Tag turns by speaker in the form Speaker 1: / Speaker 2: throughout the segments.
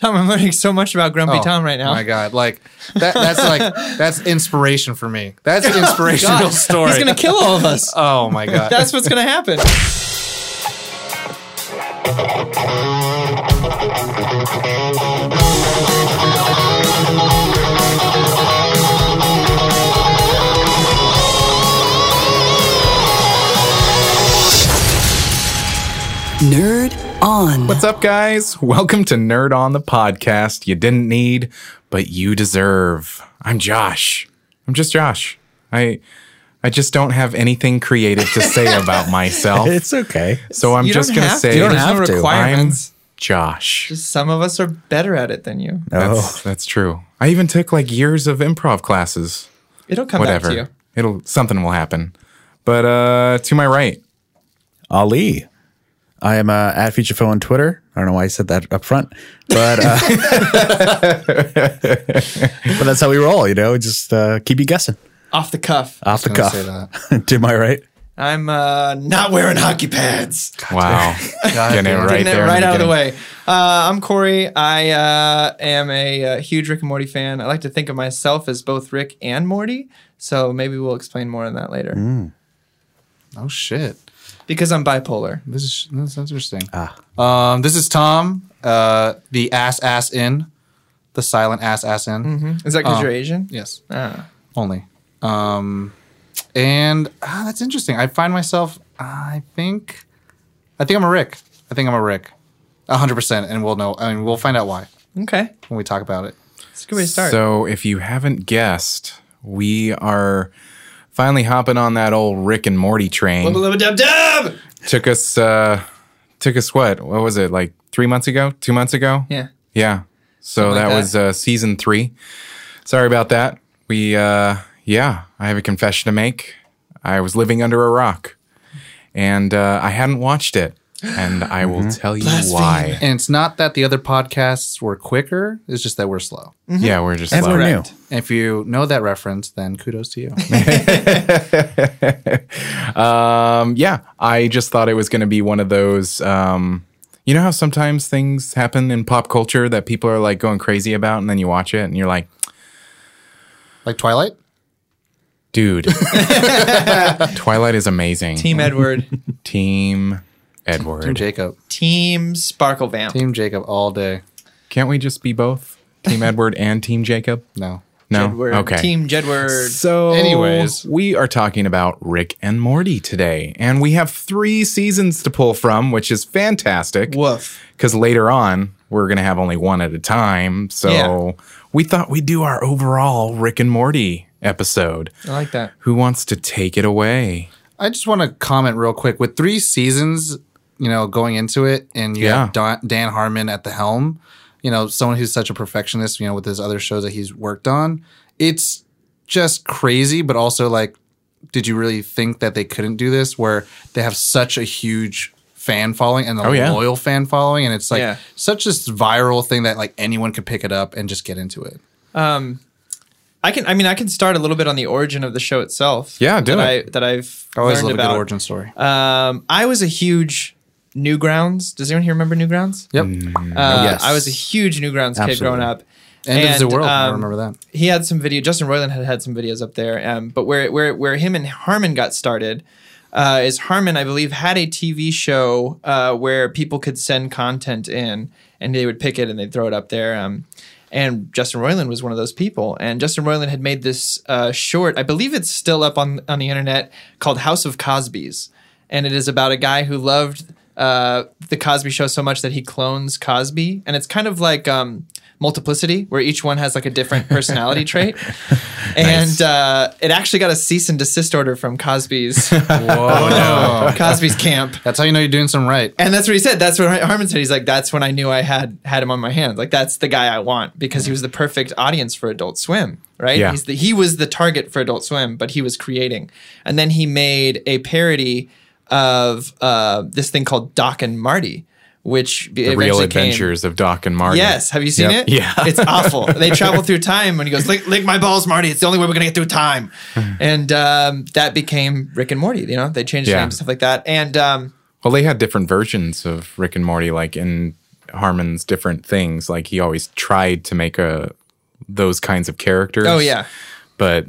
Speaker 1: Tom. I'm learning so much about Grumpy
Speaker 2: Oh,
Speaker 1: Tom right now.
Speaker 2: My God, like that, that's like that's inspiration for me. That's an inspirational
Speaker 1: God,
Speaker 2: story.
Speaker 1: He's gonna kill all of us.
Speaker 2: oh my God.
Speaker 1: That's what's gonna happen.
Speaker 3: Nerd on.
Speaker 2: What's up, guys? Welcome to Nerd on the podcast. You didn't need, but you deserve. I'm Josh. I'm just Josh. I I just don't have anything creative to say about myself.
Speaker 4: It's okay.
Speaker 2: So I'm
Speaker 1: You
Speaker 2: just
Speaker 1: don't
Speaker 2: gonna
Speaker 1: have
Speaker 2: say
Speaker 1: to. You don't
Speaker 4: have
Speaker 1: have
Speaker 4: to. I'm-
Speaker 2: I'm
Speaker 1: requirements.
Speaker 2: Josh.
Speaker 1: Just some of us are better at it than you.
Speaker 4: Oh,
Speaker 2: That's that's true. I even took like years of improv classes.
Speaker 1: It'll come
Speaker 2: Whatever.
Speaker 1: back to you.
Speaker 2: It'll something will happen. But uh to my right,
Speaker 4: Ali. I am uh, at FeatureFo on Twitter. I don't know why I said that up front, but uh, but that's how we roll, you know. Just uh, keep you guessing
Speaker 1: Off the cuff.
Speaker 4: off the
Speaker 2: gonna
Speaker 4: cuff.
Speaker 2: say
Speaker 4: to my right,
Speaker 1: I'm uh, not wearing hockey pads.
Speaker 2: wow, getting it right
Speaker 1: Getting
Speaker 2: there,
Speaker 1: it
Speaker 2: in
Speaker 1: right out of the
Speaker 2: beginning.
Speaker 1: way. Uh, I'm Corey. I uh, am a, uh huge Rick and Morty fan. I like to think of myself as both Rick and Morty. So maybe we'll explain more on that later.
Speaker 2: Mm. Oh shit.
Speaker 1: Because I'm bipolar.
Speaker 2: This is that's interesting. Um, this is Tom, uh, the ass ass in, the silent ass ass in.
Speaker 1: Is that because
Speaker 2: Oh.
Speaker 1: you're Asian?
Speaker 2: Yes,
Speaker 1: Mm-hmm. Ah.
Speaker 2: only. Um, and ah, that's interesting. I find myself. I think, I think I'm a Rick. I think I'm a Rick, hundred percent. And we'll know. I mean, we'll find out why
Speaker 1: Okay.
Speaker 2: when we talk about it.
Speaker 1: It's a good way to start.
Speaker 5: So, if you haven't guessed, we are finally hopping on that old Rick and Morty train.
Speaker 1: Lubba dub dub.
Speaker 5: took us, uh, took us what? What was it? Like three months ago? Two months ago?
Speaker 1: Yeah.
Speaker 5: Yeah. So
Speaker 1: Something like
Speaker 5: that,
Speaker 1: that.
Speaker 5: was uh, season three. Sorry about that. We, uh, yeah, I have a confession to make. I was living under a rock, and uh, I hadn't watched it, and I will
Speaker 1: Mm-hmm.
Speaker 5: tell you why.
Speaker 2: And it's not that the other podcasts were quicker. It's just that we're slow.
Speaker 1: Mm-hmm.
Speaker 5: Yeah, we're just
Speaker 4: and
Speaker 5: slow.
Speaker 4: we're new.
Speaker 2: And if you know that reference, then kudos to you.
Speaker 5: Um, yeah, I just thought it was going to be one of those. Um, you know how sometimes things happen in pop culture that people are like going crazy about, and then you watch it and you're like,
Speaker 2: like Twilight.
Speaker 5: dude, Twilight is amazing.
Speaker 1: Team Edward.
Speaker 5: Team
Speaker 2: Team
Speaker 5: Edward.
Speaker 2: Jacob.
Speaker 1: Team Sparkle Vamp.
Speaker 2: Team Jacob all day.
Speaker 5: Can't we just be both Team Edward and Team Jacob?
Speaker 2: No.
Speaker 5: No.
Speaker 1: Jedward.
Speaker 5: Okay.
Speaker 1: Team Jedward.
Speaker 5: So,
Speaker 2: Anyways.
Speaker 5: we are talking about Rick and Morty today, and we have three seasons to pull from, which is fantastic.
Speaker 1: Woof.
Speaker 5: because later on we're gonna have only one at a time. So
Speaker 1: Yeah.
Speaker 5: we thought we'd do our overall Rick and Morty episode.
Speaker 1: I like that.
Speaker 5: Who wants to take it away?
Speaker 2: I just want to comment real quick with three seasons, you know, going into it, and you
Speaker 5: Yeah.
Speaker 2: have Don, Dan Harmon at the helm, you know, someone who's such a perfectionist, you know, with his other shows that he's worked on. It's just crazy, but also like, did you really think that they couldn't do this where they have such a huge fan following and a
Speaker 5: yeah.
Speaker 2: loyal fan following? And it's like
Speaker 1: Yeah.
Speaker 2: such this viral thing that like anyone could pick it up and just get into it.
Speaker 1: I can. I mean, I can start a little bit on the origin of the show itself.
Speaker 5: Yeah, do
Speaker 1: that
Speaker 5: it.
Speaker 1: I, that I've
Speaker 2: I always
Speaker 1: learned
Speaker 2: love a
Speaker 1: about.
Speaker 2: good origin story.
Speaker 1: Um, I was a huge Newgrounds. Does anyone here remember Newgrounds?
Speaker 2: yep.
Speaker 1: Uh,
Speaker 2: Yes.
Speaker 1: I was a huge Newgrounds kid growing
Speaker 4: Absolutely.
Speaker 1: up.
Speaker 2: End of the
Speaker 1: And,
Speaker 2: world. I
Speaker 1: um,
Speaker 2: remember that.
Speaker 1: He had some video. Justin Roiland had had some videos up there. Um, but where where where him and Harmon got started uh, is Harmon, I believe, had a TV show uh, where people could send content in, and they would pick it and they'd throw it up there. Um, and Justin Roiland was one of those people. And Justin Roiland had made this uh, short. I believe it's still up on on the internet called House of Cosby's, and it is about a guy who loved. Uh, the Cosby Show so much that he clones Cosby, and it's kind of like um, multiplicity, where each one has like a different personality trait. And uh, it actually got a cease and desist order from Cosby's Cosby's camp.
Speaker 2: That's how you know you're doing something right.
Speaker 1: And that's what he said. That's what Harmon said. He's like, that's when I knew I had had him on my hands. Like, that's the guy I want because he was the perfect audience for Adult Swim, right?
Speaker 5: Yeah.
Speaker 1: He's the, he was the target for Adult Swim, but he was creating. And then he made a parody of uh, this thing called Doc and Marty, which
Speaker 5: The real
Speaker 1: eventually came-
Speaker 5: adventures of Doc and Marty.
Speaker 1: Yes, have you seen
Speaker 5: Yep.
Speaker 1: it?
Speaker 5: Yeah.
Speaker 1: it's awful. They travel through time, and he goes, "Lick, lick my balls, Marty. It's the only way we're gonna get through time." and um, that became Rick and Morty. You know, they changed
Speaker 5: Yeah.
Speaker 1: names and stuff like that. And um,
Speaker 5: Well, they had different versions of Rick and Morty, like in Harmon's different things. Like he always tried to make a those kinds of characters.
Speaker 1: Oh yeah.
Speaker 5: but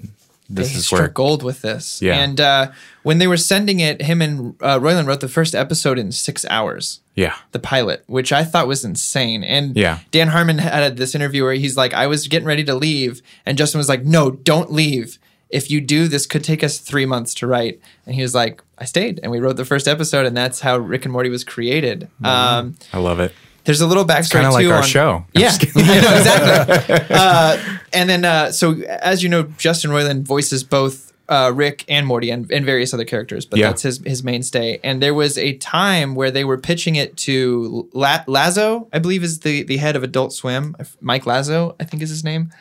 Speaker 5: this
Speaker 1: they
Speaker 5: is
Speaker 1: struck
Speaker 5: where
Speaker 1: gold with this.
Speaker 5: Yeah.
Speaker 1: And uh, when they were sending it, him and uh, Royland wrote the first episode in six hours,
Speaker 5: yeah,
Speaker 1: the pilot, which I thought was insane. And
Speaker 5: Yeah.
Speaker 1: Dan Harmon had this interview where he's like, I was getting ready to leave. And Justin was like, No, don't leave. If you do, this could take us three months to write. And he was like, I stayed. And we wrote the first episode. And that's how Rick and Morty was created.
Speaker 5: Mm-hmm.
Speaker 1: Um,
Speaker 5: I love it.
Speaker 1: there's a little backstory
Speaker 5: kinda
Speaker 1: too.
Speaker 5: like our
Speaker 1: on-
Speaker 5: show. I'm
Speaker 1: Yeah,
Speaker 5: just
Speaker 1: I know, exactly. uh, and then, uh, so as you know, Justin Roiland voices both uh, Rick and Morty and, and various other characters, but
Speaker 5: Yeah.
Speaker 1: that's his his mainstay. And there was a time where they were pitching it to La- Lazo, I believe, is the the head of Adult Swim, Mike Lazo, I think is his name.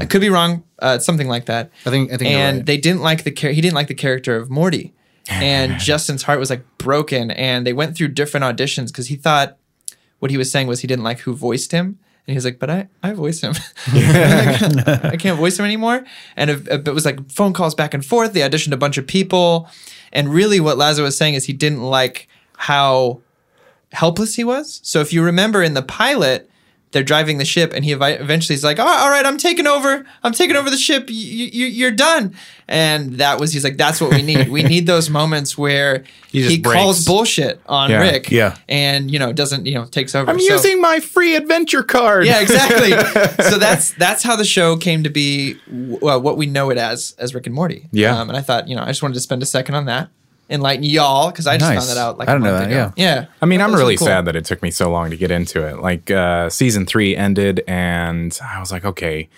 Speaker 1: I could be wrong. Uh, it's something like that.
Speaker 2: I think- I think you're
Speaker 1: And
Speaker 2: right.
Speaker 1: they didn't like the char- he didn't like the character of Morty, and Justin's heart was like broken. And they went through different auditions because he thought what he was saying was he didn't like who voiced him. And he was like, but I, I voice him. I can't voice him anymore. And if- if it was like phone calls back and forth. They auditioned a bunch of people. And really, what Lazo was saying is he didn't like how helpless he was. So if you remember in the pilot, they're driving the ship, and he evi- eventually is like, "All right, all right, I'm taking over. I'm taking over the ship. You, you, you're done." And that was he's like, "That's what we need. we need those moments where he,
Speaker 5: just
Speaker 1: calls
Speaker 5: breaks.
Speaker 1: bullshit on
Speaker 5: Yeah,
Speaker 1: Rick,
Speaker 4: yeah.
Speaker 1: and you know doesn't you know takes over."
Speaker 5: I'm
Speaker 1: So-
Speaker 5: using my free adventure card.
Speaker 1: yeah, exactly. so that's that's how the show came to be, w- uh, what we know it as as Rick and Morty.
Speaker 5: Yeah.
Speaker 1: um, and I thought you know I just wanted to spend a second on that, enlighten y'all because I just
Speaker 4: Nice.
Speaker 1: found that out like
Speaker 4: I
Speaker 1: I
Speaker 4: didn't
Speaker 1: a
Speaker 4: know
Speaker 1: month
Speaker 4: that,
Speaker 1: ago. Yeah, yeah.
Speaker 5: I mean, I'm
Speaker 1: Those are
Speaker 5: really
Speaker 1: cool.
Speaker 5: sad that it took me so long to get into it. Like uh, season three ended, and I was like, okay,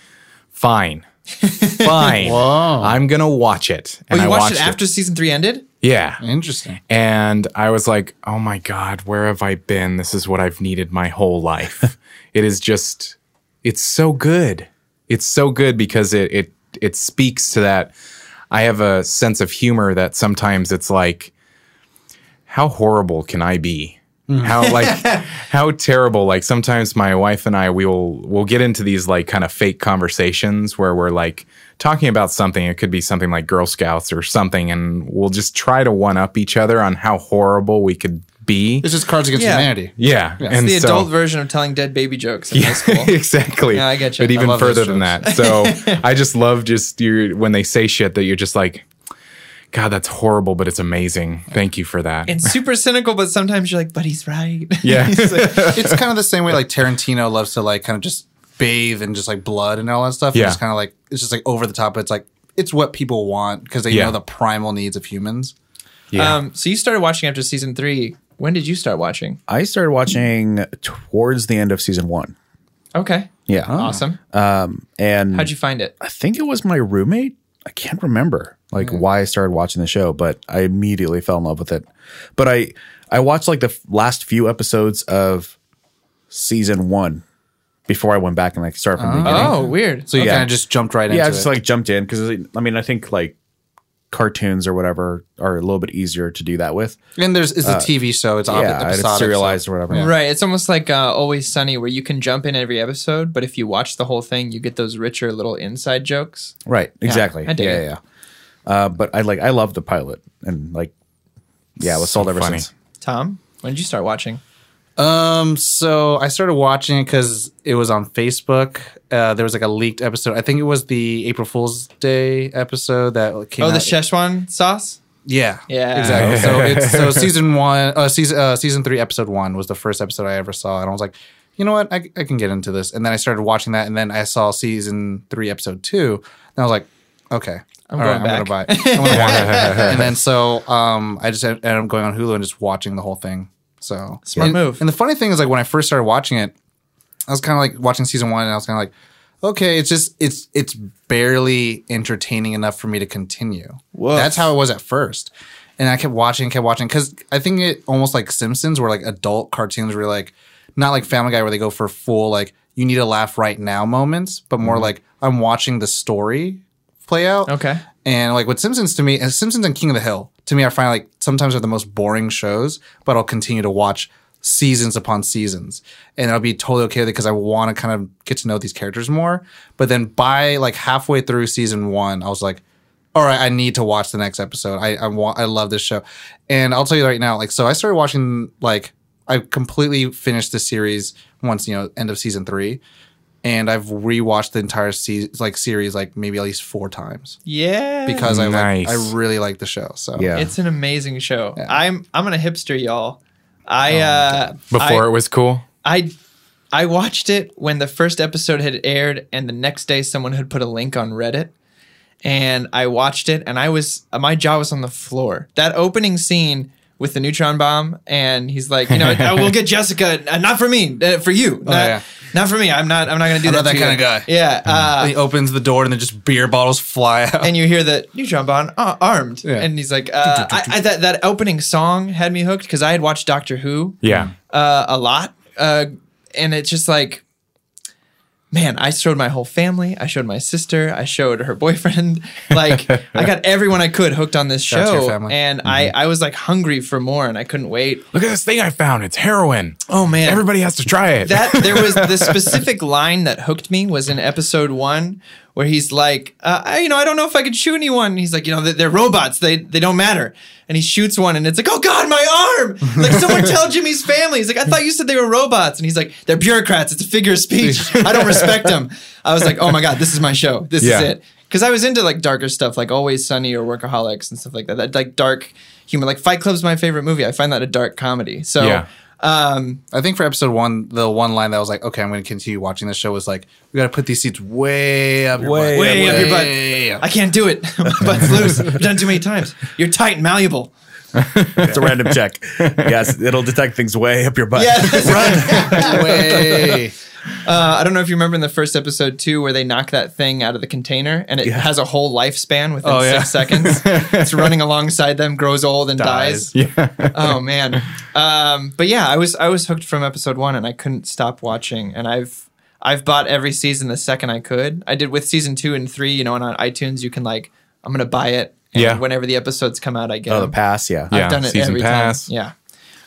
Speaker 5: fine, fine, I'm gonna watch it.
Speaker 1: Oh,
Speaker 5: I
Speaker 1: you watched, it after season three ended?
Speaker 5: yeah.
Speaker 2: Interesting.
Speaker 5: And I was like, oh my God, where have I been? This is what I've needed my whole life. it is just, it's so good. It's so good because it, it, it speaks to that. I have a sense of humor that sometimes it's like, how horrible can I be?
Speaker 1: Mm.
Speaker 5: How like how terrible like sometimes my wife and I we will we'll get into these like kind of fake conversations where we're like talking about something it could be something like girl scouts or something and we'll just try to one up each other on how horrible we could be.
Speaker 2: It's just Cards Against
Speaker 1: Yeah.
Speaker 2: Humanity.
Speaker 5: Yeah. and
Speaker 1: The
Speaker 5: so-
Speaker 1: adult version of telling dead baby jokes in high school.
Speaker 5: exactly.
Speaker 1: Yeah, I get you.
Speaker 5: But
Speaker 1: I
Speaker 5: even
Speaker 2: love those
Speaker 5: further than that. So I just love just your when they say shit that you're just like, God, that's horrible, but it's amazing. Thank you for that.
Speaker 1: And super cynical, but sometimes you're like, but he's right.
Speaker 5: yeah.
Speaker 2: it's kind of the same way like Tarantino loves to like kind of just bathe and just like blood and all that stuff.
Speaker 5: Yeah.
Speaker 2: It's kind of like it's just like over the top, but it's like it's what people want because they
Speaker 5: Yeah.
Speaker 2: know the primal needs of humans.
Speaker 5: Yeah.
Speaker 1: Um, so you started watching after season three. When did you start watching?
Speaker 4: I started watching towards the end of season one.
Speaker 1: Okay,
Speaker 4: Yeah.
Speaker 1: awesome.
Speaker 4: And
Speaker 1: How'd you find it?
Speaker 4: I think it was my roommate. I can't remember like why I started watching the show, but I immediately fell in love with it. But I I watched like the f- last few episodes of season one before I went back and like started from the beginning.
Speaker 1: Oh, weird.
Speaker 2: So you
Speaker 4: Yeah.
Speaker 2: kind of just jumped right
Speaker 4: yeah, I
Speaker 2: into
Speaker 4: just
Speaker 2: it.
Speaker 4: like jumped in because I mean I think like cartoons or whatever are a little bit easier to do that with.
Speaker 2: and there's it's a TV show. It's yeah,
Speaker 4: yeah, and
Speaker 2: episodic.
Speaker 4: it's
Speaker 2: so-
Speaker 4: serialized or whatever.
Speaker 1: Right. It's almost like uh, Always Sunny, where you can jump in every episode, but if you watch the whole thing, you get those richer little inside jokes.
Speaker 4: Right. Exactly.
Speaker 1: I
Speaker 4: Yeah.
Speaker 1: dig
Speaker 4: Yeah.
Speaker 1: it.
Speaker 4: yeah. Uh, but I like I love the pilot and like yeah, it was sold ever
Speaker 5: funny.
Speaker 4: since.
Speaker 1: Tom, when did you start watching?
Speaker 2: Um, so I started watching it because it was on Facebook. Uh, there was like a leaked episode. I think it was the April Fool's Day episode that came.
Speaker 1: Oh, the
Speaker 2: out-
Speaker 1: Szechuan sauce?
Speaker 2: Yeah,
Speaker 1: Yeah.
Speaker 2: exactly. so it's so season one, uh, season uh, season three, episode one was the first episode I ever saw, and I was like, you know what, I, I can get into this. And then I started watching that, and then I saw season three, episode two, and I was like, okay, I'm
Speaker 1: going
Speaker 2: I'm gonna
Speaker 1: back.
Speaker 2: buy, it. I'm gonna watch it. and then so um, I just ended up going on Hulu and just watching the whole thing. So
Speaker 1: Smart
Speaker 2: and,
Speaker 1: move.
Speaker 2: And the funny thing is, like when I first started watching it, I was kind of like watching season one, and I was kind of like, okay, it's just it's it's barely entertaining enough for me to continue. That's how it was at first, and I kept watching, kept watching, because I think it almost like Simpsons, where like adult cartoons were like not like Family Guy, where they go for full like you need to laugh right now moments, but more like I'm watching the story play out.
Speaker 1: Okay.
Speaker 2: And like with Simpsons to me, and Simpsons and King of the Hill to me, I find like sometimes are the most boring shows, but I'll continue to watch seasons upon seasons, and I'll be totally okay with it because I want to kind of get to know these characters more. But then by like halfway through season one, I was like, all right, I need to watch the next episode. I I, wa- I love this show, and I'll tell you right now, like so, I started watching like. I completely finished the series once you know end of season three, and I've rewatched the entire season like series like maybe at least four times
Speaker 1: Yeah.
Speaker 2: because I like,
Speaker 5: Nice.
Speaker 2: I really like the show. So
Speaker 4: Yeah.
Speaker 1: it's an amazing show. I'm I'm gonna hipster y'all. I uh
Speaker 5: Before
Speaker 1: I,
Speaker 5: it was cool.
Speaker 1: I I watched it when the first episode had aired, and the next day someone had put a link on Reddit, and I watched it, and I was my jaw was on the floor. That opening scene with the neutron bomb, and he's like, you know, oh, we'll get Jessica, uh, not for me, uh, for you, not,
Speaker 2: Oh, yeah.
Speaker 1: not for me. I'm not. I'm not gonna do
Speaker 2: I'm
Speaker 1: that.
Speaker 2: not that
Speaker 1: to you."
Speaker 2: kinda guy. Mm-hmm.
Speaker 1: Yeah. Uh,
Speaker 2: he opens the door and then just beer bottles fly out.
Speaker 1: and you hear the neutron bomb uh, armed, and he's like, uh, I, I, that that opening song had me hooked because I had watched Doctor Who
Speaker 5: Yeah.
Speaker 1: uh, a lot. Uh, and it's just like, man, I showed my whole family. I showed my sister. I showed her boyfriend. Like, I got everyone I could hooked on this
Speaker 2: out to your
Speaker 1: show.
Speaker 2: family.
Speaker 1: And
Speaker 2: Mm-hmm.
Speaker 1: I, I was like hungry for more and I couldn't wait.
Speaker 5: Look at this thing I found. It's heroin.
Speaker 1: Oh, man.
Speaker 5: Everybody has to try it.
Speaker 1: that there was the specific line that hooked me was in episode one where he's like uh, I, you know i don't know if i could shoot anyone And he's like you know they- they're robots they they don't matter and he shoots one and it's like oh god my arm like someone tell jimmy's family he's like i thought you said they were robots and he's like they're bureaucrats it's a figure of speech i don't respect them i was like oh my god this is my show this
Speaker 5: Yeah.
Speaker 1: is it because i was into like darker stuff like always sunny or workaholics and stuff like that, that like dark humor like fight club's my favorite movie i find that a dark comedy so
Speaker 5: yeah.
Speaker 2: I think for episode one, the one line that was like, "Okay, I'm going to continue watching this show" was like, "We got to put these seats way up, your butt.
Speaker 4: Way up,
Speaker 1: way up your butt.
Speaker 2: Way up.
Speaker 1: I can't do it. My butt's loose. I've done it too many times. You're tight and malleable.
Speaker 4: It's a random check. yes, it'll detect things way up your butt.
Speaker 2: way."
Speaker 1: Uh, I don't know if you remember in the first episode too, where they knock that thing out of the container and it has a whole lifespan within
Speaker 2: Oh, yeah.
Speaker 1: six seconds. it's running alongside them, grows old, and dies. oh man. Um, but yeah, I was I was hooked from episode one, and I couldn't stop watching. And I've I've bought every season the second I could. I did with season two and three. You know, and on iTunes you can like I'm gonna buy it. And
Speaker 5: Yeah.
Speaker 1: Whenever the episodes come out, I get
Speaker 4: Oh, the
Speaker 1: them.
Speaker 4: pass, yeah.
Speaker 5: Yeah.
Speaker 1: I've done it
Speaker 5: season
Speaker 1: every
Speaker 5: pass.
Speaker 1: time. Yeah.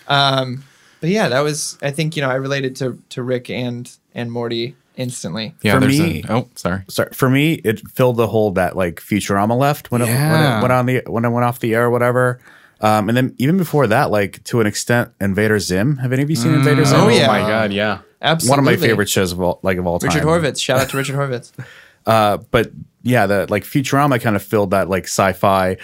Speaker 1: Um, but yeah, that was. I think you know I related to to Rick and and Morty instantly.
Speaker 5: Yeah.
Speaker 4: For
Speaker 5: there's
Speaker 4: me-
Speaker 5: an- oh, sorry.
Speaker 4: Sorry, for me, it filled the hole that like Futurama left when it, when
Speaker 2: Yeah.
Speaker 4: it went on the when it went off the air or whatever. Um, and then even before that, like to an extent, Invader Zim. Have any of you seen Invader Zim?
Speaker 1: Oh, yeah.
Speaker 5: my God. Yeah.
Speaker 1: Absolutely.
Speaker 4: One of my favorite shows of all like of all time.
Speaker 1: Richard Horvitz. Shout out to Richard Horvitz.
Speaker 4: but yeah, the like Futurama kind of filled that like sci-fi.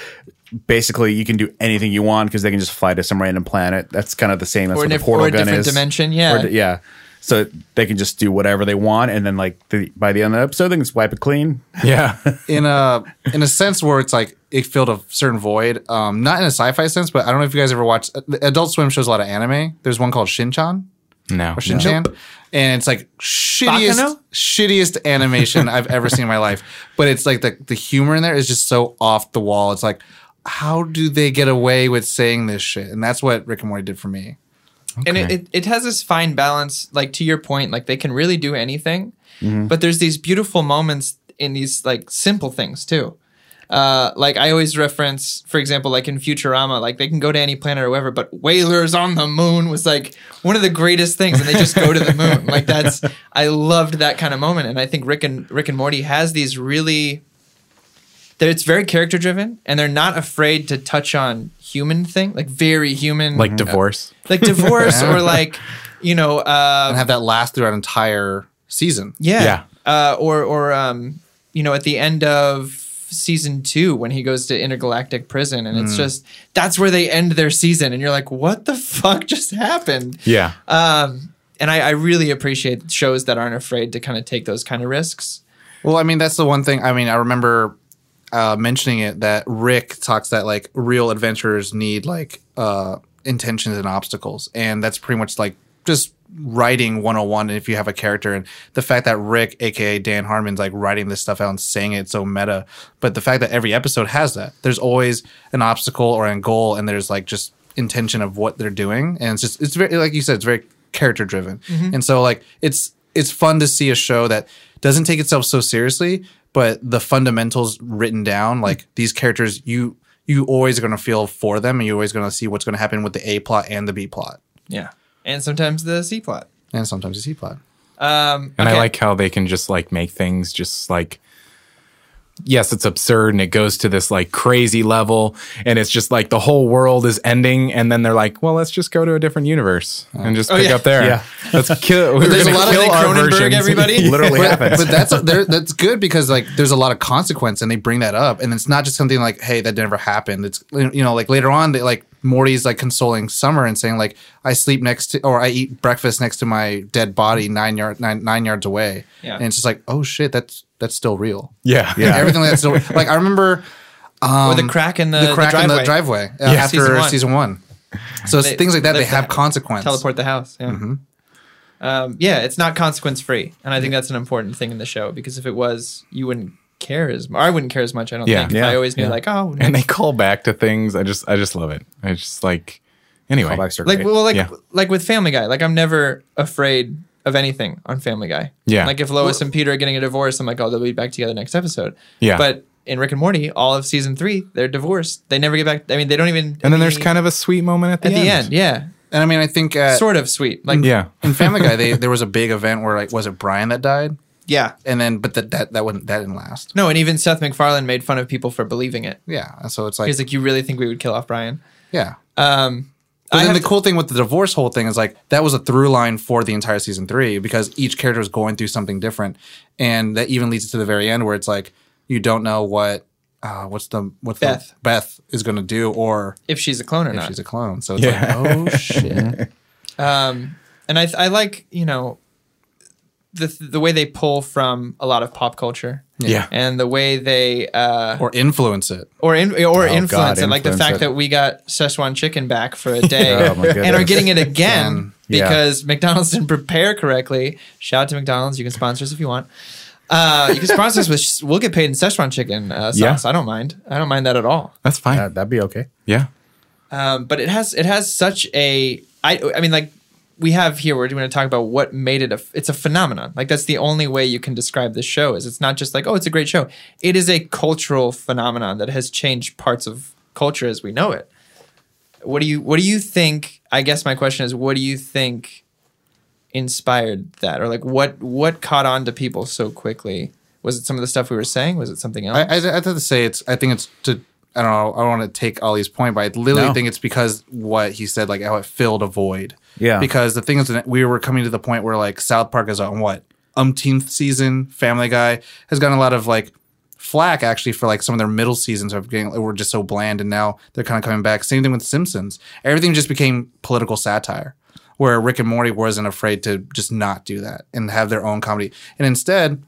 Speaker 4: Basically, you can do anything you want because they can just fly to some random planet. That's kind of the same. That's
Speaker 1: Or
Speaker 4: what
Speaker 1: a
Speaker 4: the
Speaker 1: diff-
Speaker 4: portal
Speaker 1: or a
Speaker 4: gun
Speaker 1: different
Speaker 4: is.
Speaker 1: dimension, yeah.
Speaker 4: Or di- yeah. So they can just do whatever they want, and then like the, by the end of the episode, they can just wipe it clean.
Speaker 5: Yeah.
Speaker 2: in a in a sense where it's like it filled a certain void. Um, not in a sci-fi sense, but I don't know if you guys ever watched uh, Adult Swim shows a lot of anime. There's one called Shinchan
Speaker 5: no.
Speaker 2: or Shinchan, and it's like shittiest
Speaker 1: Bakano?
Speaker 2: shittiest animation I've ever seen in my life. But it's like the the humor in there is just so off the wall. It's like how do they get away with saying this shit? And that's what Rick and Morty did for me.
Speaker 1: and it,
Speaker 5: Okay.
Speaker 1: it, it has this fine balance like to your point like they can really do anything
Speaker 5: Mm-hmm.
Speaker 1: but there's these beautiful moments in these like simple things too uh, like i always reference for example like in futurama like they can go to any planet or wherever but whalers on the moon was like one of the greatest things and they just go to the moon like that's i loved that kind of moment and i think rick and rick and morty has these really that it's very character driven and they're not afraid to touch on human thing like very human
Speaker 5: Like divorce.
Speaker 1: like divorce or like you know uh
Speaker 2: And have that last throughout an entire season.
Speaker 1: yeah, Uh, or or um you know at the end of season two when he goes to intergalactic prison and it's just that's where they end their season and you're like what the fuck just happened
Speaker 5: Yeah.
Speaker 1: and I, I really appreciate shows that aren't afraid to kind of take those kind of risks
Speaker 2: Well, I mean, that's the one thing. I mean, I remember uh, mentioning it that Rick talks that like real adventurers need like uh, intentions and obstacles, and that's pretty much like just writing 101 if you have a character and the fact that rick aka dan harmon's like writing this stuff out and saying it so meta but the fact that every episode has that there's always an obstacle or a goal and there's like just intention of what they're doing and it's just it's very like you said it's very character driven and so like it's it's fun to see a show that doesn't take itself so seriously but the fundamentals written down like these characters you you always are going to feel for them and you're always going to see what's going to happen with the a plot and the b plot
Speaker 1: yeah and sometimes the c plot
Speaker 2: and sometimes the c plot
Speaker 1: um
Speaker 5: And
Speaker 1: okay.
Speaker 5: I like how they can just like make things just like yes, it's absurd and it goes to this like crazy level and it's just like the whole world is ending and then they're like, well, let's just go to a different universe and just pick
Speaker 1: Oh, yeah.
Speaker 5: up there.
Speaker 4: Yeah.
Speaker 5: Let's kill. We're
Speaker 1: There's a
Speaker 5: gonna
Speaker 1: lot of
Speaker 5: kill
Speaker 1: Nick
Speaker 5: our
Speaker 1: Cronenberg,
Speaker 5: versions.
Speaker 1: everybody.
Speaker 4: Literally happens.
Speaker 2: but that's there- that's good because like there's a lot of consequence and they bring that up and it's not just something like hey that never happened it's you know like later on they like morty's like consoling summer and saying like i sleep next to or i eat breakfast next to my dead body nine yard nine, nine yards away
Speaker 1: Yeah.
Speaker 2: and it's just like oh shit that's that's still real
Speaker 5: yeah.
Speaker 2: yeah everything like that's still like i remember
Speaker 1: or the crack in the,
Speaker 2: um, the crack in
Speaker 1: driveway.
Speaker 2: the driveway uh,
Speaker 1: Yeah.
Speaker 2: after
Speaker 1: Season
Speaker 2: season
Speaker 1: one.
Speaker 2: one, so it's
Speaker 1: They-
Speaker 2: things like that
Speaker 1: they
Speaker 2: they have
Speaker 1: have to
Speaker 2: consequence
Speaker 1: Teleport the house. Yeah.
Speaker 5: Mm-hmm.
Speaker 1: Um, yeah, it's not consequence free, and I think that's an important thing in the show because if it was, you wouldn't care as much. I wouldn't care as much. I don't
Speaker 5: Yeah.
Speaker 1: think.
Speaker 4: Yeah.
Speaker 1: I always knew
Speaker 4: Yeah.
Speaker 1: like, oh,
Speaker 5: And they call back to things. I just, I just love it. I just like, anyway.
Speaker 4: Callbacks are
Speaker 1: like
Speaker 4: great.
Speaker 1: well, like
Speaker 5: Yeah.
Speaker 1: like with Family Guy. Like I'm never afraid of anything on Family Guy.
Speaker 5: Yeah.
Speaker 1: Like if Lois and Peter are getting a divorce, I'm like, oh, they'll be back together next episode.
Speaker 5: Yeah.
Speaker 1: But in Rick and Morty, all of season three, they're divorced. They never get back. I mean, they don't even.
Speaker 5: And then there's kind of a sweet moment at the
Speaker 1: at
Speaker 5: end.
Speaker 1: the end. Yeah.
Speaker 2: and i mean i think uh,
Speaker 1: Sort of sweet. Like
Speaker 5: Yeah.
Speaker 2: in family guy they there was a big event where like was it brian that died
Speaker 1: Yeah.
Speaker 2: and then but that that that wouldn't that didn't last.
Speaker 1: No, and even Seth MacFarlane made fun of people for believing it.
Speaker 2: Yeah, so it's like
Speaker 1: He's like, you really think we would kill off Brian?
Speaker 2: yeah.
Speaker 1: Um,
Speaker 2: But
Speaker 1: I
Speaker 2: then
Speaker 1: have
Speaker 2: the cool thing with the divorce whole thing is like that was a through line for the entire season three because each character is going through something different, and that even leads to the very end where it's like you don't know what uh, what's the what
Speaker 1: Beth.
Speaker 2: the Beth is going to do or
Speaker 1: if she's a clone or
Speaker 2: if
Speaker 1: not.
Speaker 2: she's a clone. So it's like oh shit.
Speaker 1: um, and I, I like you know the the way they pull from a lot of pop culture.
Speaker 5: Yeah.
Speaker 1: And the way they uh,
Speaker 2: or influence it.
Speaker 1: or in, or
Speaker 4: Oh, God,
Speaker 1: influence it, like the
Speaker 4: influence
Speaker 1: fact
Speaker 4: it.
Speaker 1: that we got Szechuan chicken back for a day
Speaker 4: Oh,
Speaker 1: and
Speaker 4: my
Speaker 1: are
Speaker 4: goodness. um,
Speaker 1: getting it again
Speaker 4: Yeah.
Speaker 1: because McDonald's didn't prepare correctly. Shout out to McDonald's. You can sponsor us if you want. Uh, you can sponsor us with we'll get paid in Szechuan chicken uh, sauce.
Speaker 5: Yeah.
Speaker 1: I don't mind. I don't mind that at all.
Speaker 5: That's fine.
Speaker 4: That, would Uh, be okay.
Speaker 5: yeah.
Speaker 1: Um, but it has it has such a I I mean like we have here we're going to talk about what made it a it's a phenomenon like that's the only way you can describe this show is it's not just like oh it's a great show it is a cultural phenomenon that has changed parts of culture as we know it. What do you what do you think? I guess my question is what do you think inspired that or like what what caught on to people so quickly? Was it some of the stuff we were saying? Was it something else?
Speaker 2: I, I, I have to say it's. I think it's to. I don't know. I don't want to take Ali's point, but I literally
Speaker 4: No.
Speaker 2: think it's because what he said, like how it filled a void.
Speaker 4: Yeah.
Speaker 2: Because the thing is, that we were coming to the point where like South Park is on what umpteenth season. Family Guy has gotten a lot of like flack actually for like some of their middle seasons of getting were just so bland, and now they're kind of coming back. Same thing with Simpsons. Everything just became political satire. Where Rick and Morty wasn't afraid to just not do that and have their own comedy. And instead,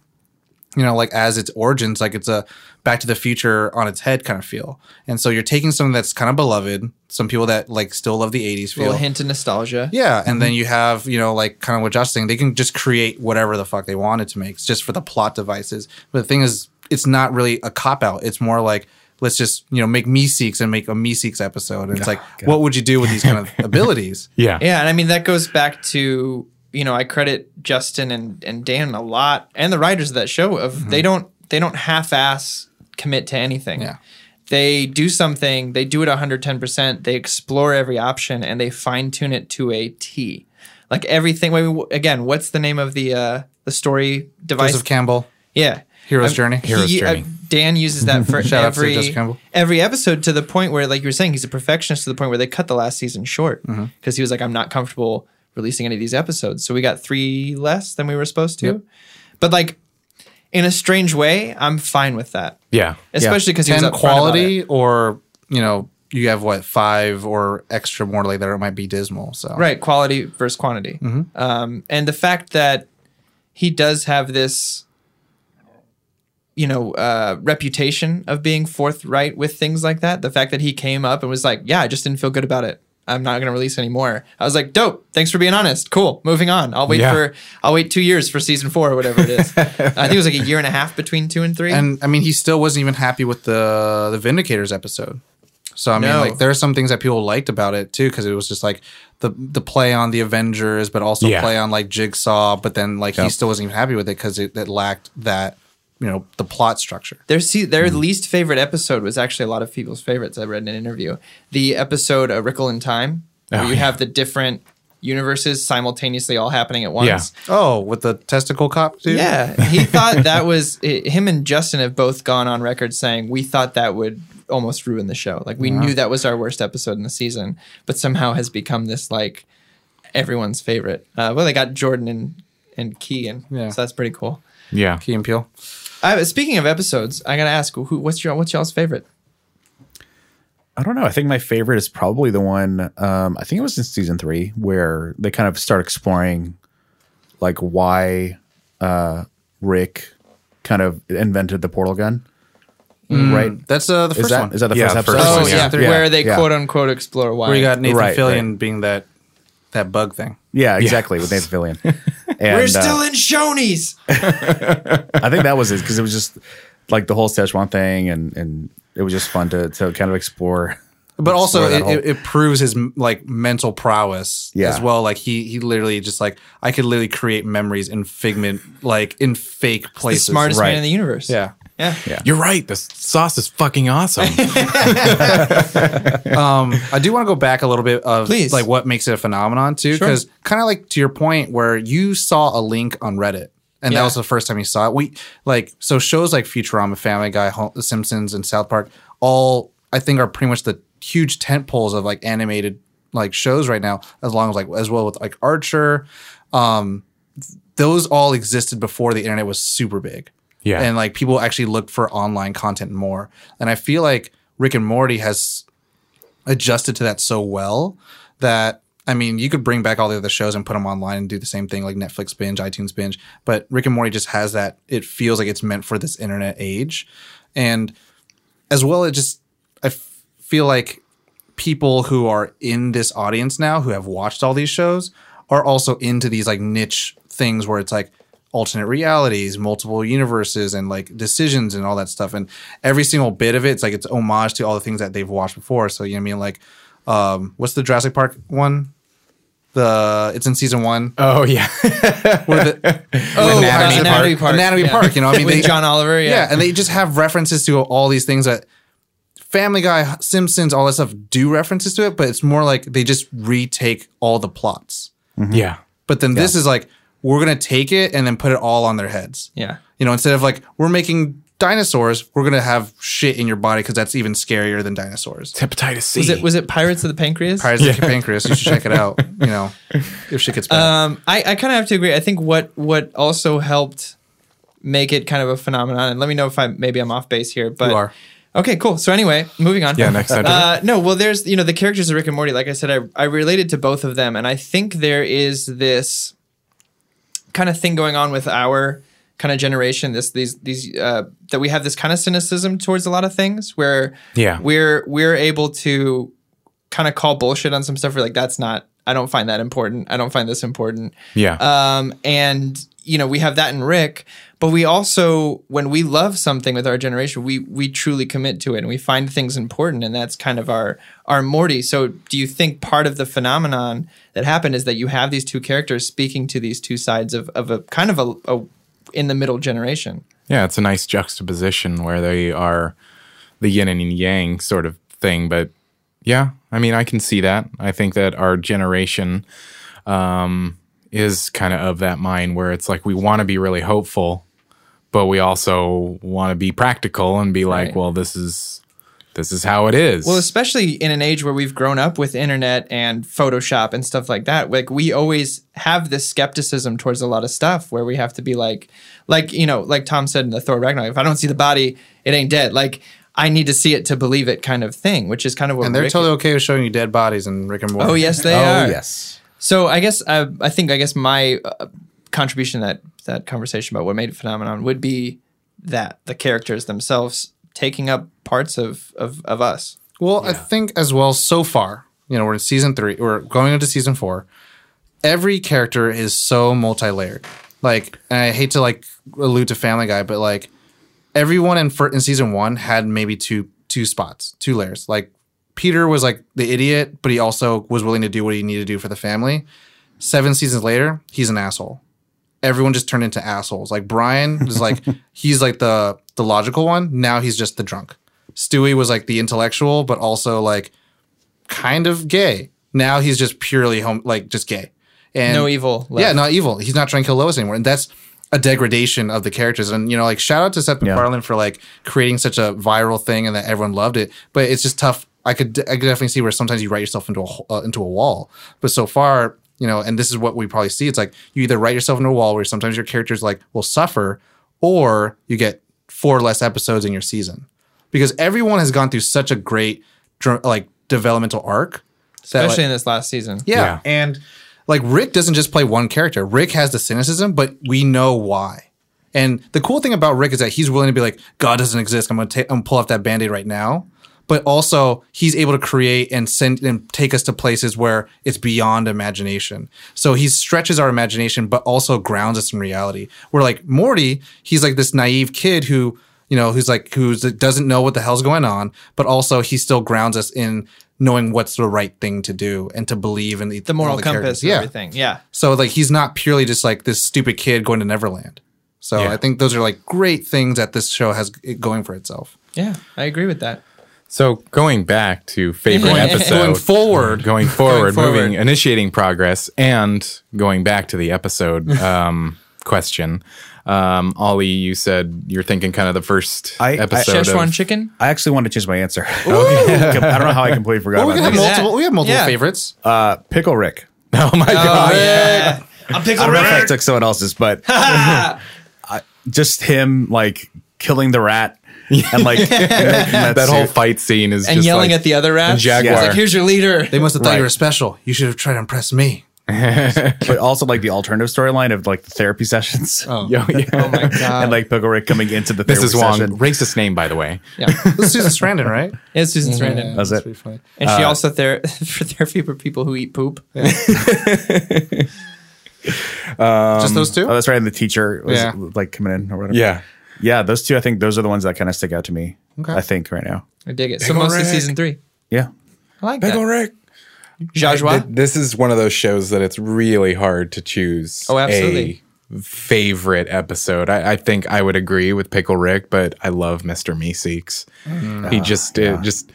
Speaker 2: you know, like as its origins, like it's a back to the future on its head kind of feel. And so you're taking something that's kind of beloved, some people that like still love the 80s
Speaker 1: a little
Speaker 2: feel.
Speaker 1: hint of nostalgia.
Speaker 2: Yeah. And then you have, you know, like kind of what Josh is saying, they can just create whatever the fuck they wanted to make it's just for the plot devices. But the thing is, it's not really a cop out. It's more like, let's just, you know, make me seeks and make a me seeks episode. And it's like, what would you do with these kind of abilities?
Speaker 5: Yeah.
Speaker 1: Yeah, and I mean that goes back to you know I credit Justin and and Dan a lot, and the writers of that show of
Speaker 2: Mm-hmm.
Speaker 1: they don't they don't half ass commit to anything.
Speaker 2: Yeah.
Speaker 1: They do something, they do it 110%, they explore every option and they fine tune it to a T. Like everything, I mean, wh- again, what's the name of the uh the story device?
Speaker 2: Joseph Campbell,
Speaker 1: yeah.
Speaker 2: Hero's
Speaker 1: Um,
Speaker 2: Journey.
Speaker 5: Hero's
Speaker 1: he-
Speaker 5: Journey.
Speaker 1: Dan uses that for
Speaker 2: Shout out to
Speaker 1: every
Speaker 2: Joseph Campbell.
Speaker 1: every episode to the point where, like you were saying, he's a perfectionist to the point where they cut the last season short
Speaker 2: Mm-hmm.
Speaker 1: because he was like, "I'm not comfortable releasing any of these episodes," so we got three less than we were supposed to. But like in a strange way, I'm fine with that,
Speaker 5: Yeah.
Speaker 1: especially because he was
Speaker 2: 10
Speaker 1: upfront about it.
Speaker 2: quality or, you know, you have what five or extra more like that or it might be dismal. So
Speaker 1: right? Quality versus quantity, um, and the fact that he does have this. You know, uh, reputation of being forthright with things like that. The fact that he came up and was like, "Yeah, I just didn't feel good about it. I'm not going to release anymore." I was like, "Dope. Thanks for being honest. Cool. Moving on. I'll wait
Speaker 5: Yeah.
Speaker 1: for I'll wait two years for season four or whatever it is. I think it was like a year and a half between two and three.
Speaker 2: And I mean, he still wasn't even happy with the the Vindicators episode. So I mean,
Speaker 1: No.
Speaker 2: like there are some things that people liked about it too, because it was just like the the play on the Avengers, but also
Speaker 5: Yeah.
Speaker 2: play on like Jigsaw. But then like he still wasn't even happy with it because it, it lacked that you know the plot structure.
Speaker 1: Their se- their least favorite episode was actually a lot of uh, people's favorites. I read in an interview the episode "A Rickle in Time," where you have the different universes simultaneously all happening at once.
Speaker 5: Yeah.
Speaker 2: Oh, with the testicle cop dude.
Speaker 1: Yeah, he thought that was i him and Justin have both gone on record saying we thought that would almost ruin the show. Like we knew that was our worst episode in the season, but somehow has become this like everyone's favorite. Uh, well, they got Jordan and and Keegan,
Speaker 2: Yeah.
Speaker 1: so that's pretty cool.
Speaker 5: Yeah.
Speaker 2: Key and Peele.
Speaker 1: Uh, speaking of episodes, I gotta ask, who, what's your what's y'all's favorite?
Speaker 4: I don't know. I think my favorite is probably the one. Um, I think it was in season three where they kind of start exploring, like why uh, Rick kind of invented the portal gun.
Speaker 1: Mm.
Speaker 4: Right?
Speaker 2: That's uh, the first
Speaker 4: Is that is
Speaker 2: one.
Speaker 4: that the
Speaker 5: Yeah,
Speaker 4: first
Speaker 5: first
Speaker 4: episode?
Speaker 5: one,
Speaker 1: Oh
Speaker 5: Oh,
Speaker 1: yeah,
Speaker 5: yeah.
Speaker 1: where they
Speaker 4: yeah.
Speaker 1: quote unquote explore why.
Speaker 2: Where you got Nathan
Speaker 4: Right,
Speaker 2: Fillion being that that bug thing.
Speaker 4: Yeah, exactly with Nathan Fillion. And,
Speaker 1: We're
Speaker 4: uh,
Speaker 1: still in Shoney's.
Speaker 4: I think that was it because it was just like the whole Szechuan thing, and and it was just fun to to kind of explore.
Speaker 2: But also,
Speaker 4: Explore
Speaker 2: it,
Speaker 4: that whole-
Speaker 2: it, it proves his m- like mental prowess
Speaker 4: Yeah.
Speaker 2: as well. Like he he literally just like I could literally create memories in figment like in fake
Speaker 1: The
Speaker 2: places.
Speaker 1: smartest
Speaker 4: right.
Speaker 1: man in the universe.
Speaker 2: Yeah.
Speaker 1: yeah.
Speaker 5: You're right. The sauce is fucking awesome.
Speaker 2: Um, I do want to go back a little bit of
Speaker 1: Please.
Speaker 2: like what makes it a phenomenon too,
Speaker 1: Sure.
Speaker 2: because kind of like to your point where you saw a link on Reddit. And
Speaker 1: Yeah.
Speaker 2: that was the first time you saw it. We like so shows like Futurama, Family Guy, Ho- The Simpsons, and South Park all I think are pretty much the huge tent poles of like animated like shows right now, as long as like as well with like Archer. Um th- those all existed before the internet was super big.
Speaker 5: Yeah.
Speaker 2: And like people actually looked for online content more. And I feel like Rick and Morty has adjusted to that so well that I mean, you could bring back all the other shows and put them online and do the same thing like Netflix binge, iTunes binge, but Rick and Morty just has that. It feels like it's meant for this internet age, and as well, it just I f- feel like people who are in this audience now who have watched all these shows are also into these like niche things where it's like alternate realities, multiple universes and like decisions and all that stuff. And every single bit of it, it's like it's homage to all the things that they've watched before. So you know what I mean? Like um what's the Jurassic Park one? The it's in season one.
Speaker 5: oh yeah.
Speaker 2: where the,
Speaker 1: Oh,
Speaker 2: Anatomy
Speaker 1: uh,
Speaker 2: Park. Anatomy Park, you know, I mean,
Speaker 1: With
Speaker 2: they-
Speaker 1: John Oliver.
Speaker 2: yeah.
Speaker 1: Yeah,
Speaker 2: and they just have references to all these things that Family Guy, Simpsons, all that stuff do references to it, but it's more like they just retake all the plots.
Speaker 5: yeah.
Speaker 2: But then this is like we're gonna take it and then put it all on their heads.
Speaker 1: yeah.
Speaker 2: You know, instead of like we're making dinosaurs, we're gonna have shit in your body because that's even scarier than dinosaurs.
Speaker 5: Hepatitis C.
Speaker 1: Was it was it Pirates of the Pancreas?
Speaker 2: Pirates of the Pancreas, you should check it out. You know, if shit gets bad.
Speaker 1: Um, I, I kind of have to agree. I think what what also helped make it kind of a phenomenon. And let me know if I maybe I'm off base here, but
Speaker 2: You are.
Speaker 1: okay, cool. So anyway, moving on.
Speaker 5: Yeah, next sentence.
Speaker 1: Uh, no, well, there's you know the characters of Rick and Morty. Like I said, I I related to both of them, and I think there is this kind of thing going on with our kind of generation. This these these uh, that we have this kind of cynicism towards a lot of things where
Speaker 5: Yeah.
Speaker 1: we're we're able to kind of call bullshit on some stuff. We're like, that's not. I don't find that important. I don't find this important.
Speaker 5: yeah.
Speaker 1: Um, and you know, we have that in Rick, but we also, when we love something with our generation, we we truly commit to it and we find things important, and that's kind of our our Morty. So, do you think part of the phenomenon that happened is that you have these two characters speaking to these two sides of of a kind of a, a in the middle generation?
Speaker 5: Yeah, it's a nice juxtaposition where they are the yin and yang sort of thing. But yeah, I mean, I can see that. I think that our generation um, is kind of of that mind where it's like we want to be really hopeful, but we also want to be practical and be like,
Speaker 1: Right.
Speaker 5: well, this is this is how it is.
Speaker 1: Well, especially in an age where we've grown up with internet and Photoshop and stuff like that, like we always have this skepticism towards a lot of stuff where we have to be like, like you know, like Tom said in the Thor Ragnarok, if I don't see the body, it ain't dead. Like I need to see it to believe it, kind of thing, which is kind of what
Speaker 2: and they're
Speaker 1: Rick-
Speaker 2: totally okay with showing you dead bodies in Rick and Morty.
Speaker 1: Oh yes, they
Speaker 4: oh
Speaker 1: are.
Speaker 4: yes,
Speaker 1: So I guess I, I think I guess my uh, contribution to that that conversation about what made it phenomenon would be that the characters themselves taking up parts of of, of us.
Speaker 2: Well, I think as well so far, you know, we're in season three, we're going into season four. Every character is so multi-layered. Like, and I hate to like allude to Family Guy, but like everyone in fir- in season one had maybe two two spots, two layers. Like Peter was like the idiot, but he also was willing to do what he needed to do for the family. Seven seasons later, he's an asshole. Everyone just turned into assholes. Like Brian is like he's like the the logical one. Now he's just the drunk. Stewie was like the intellectual, but also like kind of gay. Now he's just purely home, like just gay. And
Speaker 1: No evil left.
Speaker 2: Mm. Yeah, not evil. He's not trying to kill Lois anymore, and that's a degradation of the characters. And you know, like shout out to Seth MacFarlane for like creating such a viral thing and that everyone loved it. But it's just tough. I could I could definitely see where sometimes you write yourself into a ho- uh, into a wall. But so far, you know, and this is what we probably see. It's like you either write yourself into a wall where sometimes your characters like will suffer, or you get four less episodes in your season because everyone has gone through such a great dr- like developmental arc. that, like-
Speaker 1: especially in this last season.
Speaker 2: yeah. And like Rick doesn't just play one character. Rick has the cynicism, but we know why. And the cool thing about Rick is that he's willing to be like, God doesn't exist. I'm gonna take I'm gonna pull off that band-aid right now. But also he's able to create and send and take us to places where it's beyond imagination. So he stretches our imagination, but also grounds us in reality. Where like Morty, he's like this naive kid who you know, who's like who doesn't know what the hell's going on, but also he still grounds us in knowing what's the right thing to do and to believe in the,
Speaker 1: The moral
Speaker 2: all the
Speaker 1: compass
Speaker 2: characters.
Speaker 1: and
Speaker 2: yeah.
Speaker 1: everything. Yeah.
Speaker 2: So like he's not purely just like this stupid kid going to Neverland. So I think those are like great things that this show has it going for itself.
Speaker 1: Yeah. I agree with that.
Speaker 5: So going back to favorite episode,
Speaker 2: Going forward.
Speaker 5: going forward,
Speaker 1: forward.
Speaker 5: moving, initiating progress, and going back to the episode um, question. Um, Ollie, you said you're thinking kind of the first
Speaker 4: I- I-
Speaker 5: episode. of-
Speaker 1: Szechuan chicken.
Speaker 4: I actually want to change my answer. I don't know how I completely forgot
Speaker 2: Well, we
Speaker 4: about
Speaker 2: have
Speaker 4: this.
Speaker 1: that.
Speaker 2: multiple. We have multiple
Speaker 1: Yeah.
Speaker 2: favorites.
Speaker 4: Uh, Pickle Rick.
Speaker 5: oh my god!
Speaker 1: Yeah. A
Speaker 4: I
Speaker 1: pickle
Speaker 4: don't know if I
Speaker 1: rat.
Speaker 4: took someone else's, but I, just him like killing the rat and like making that,
Speaker 5: That whole
Speaker 4: suit.
Speaker 5: fight scene is
Speaker 1: And
Speaker 5: just
Speaker 1: yelling
Speaker 5: like-
Speaker 1: at the other rat.
Speaker 5: jaguar.
Speaker 1: Like, here's your leader.
Speaker 2: They must have thought you
Speaker 4: Right.
Speaker 2: were special. You should have tried to impress me.
Speaker 4: but also like the alternative storyline of like the therapy sessions
Speaker 5: Yo, yeah.
Speaker 1: Oh my god.
Speaker 4: and like Pickle Rick coming into the therapy
Speaker 5: Mrs. Wong,
Speaker 4: session.
Speaker 5: racist name by the way.
Speaker 1: yeah.
Speaker 2: This is Susan Sarandon, right?
Speaker 1: yeah, Susan Sarandon.
Speaker 4: That's it.
Speaker 2: Pretty funny.
Speaker 1: And
Speaker 5: Uh,
Speaker 1: she also there for therapy for people who eat poop.
Speaker 2: Just those two.
Speaker 1: Um,
Speaker 4: Oh,
Speaker 1: uh,
Speaker 4: that's right. And the teacher was
Speaker 2: Yeah.
Speaker 4: like coming in or whatever. Yeah. Those two, I think those are the ones that kind of stick out to me.
Speaker 2: Okay.
Speaker 4: I think right now.
Speaker 1: I dig it. so mostly
Speaker 5: Rick.
Speaker 1: season three.
Speaker 4: Yeah.
Speaker 1: I like
Speaker 5: Pickle Rick.
Speaker 1: that. Zsa Zsa.
Speaker 5: Th- this is one of those shows that it's really hard to choose.
Speaker 1: Oh, absolutely.
Speaker 5: A favorite episode. I, I think I would agree with Pickle Rick, but I love Mr. Meeseeks. He just it just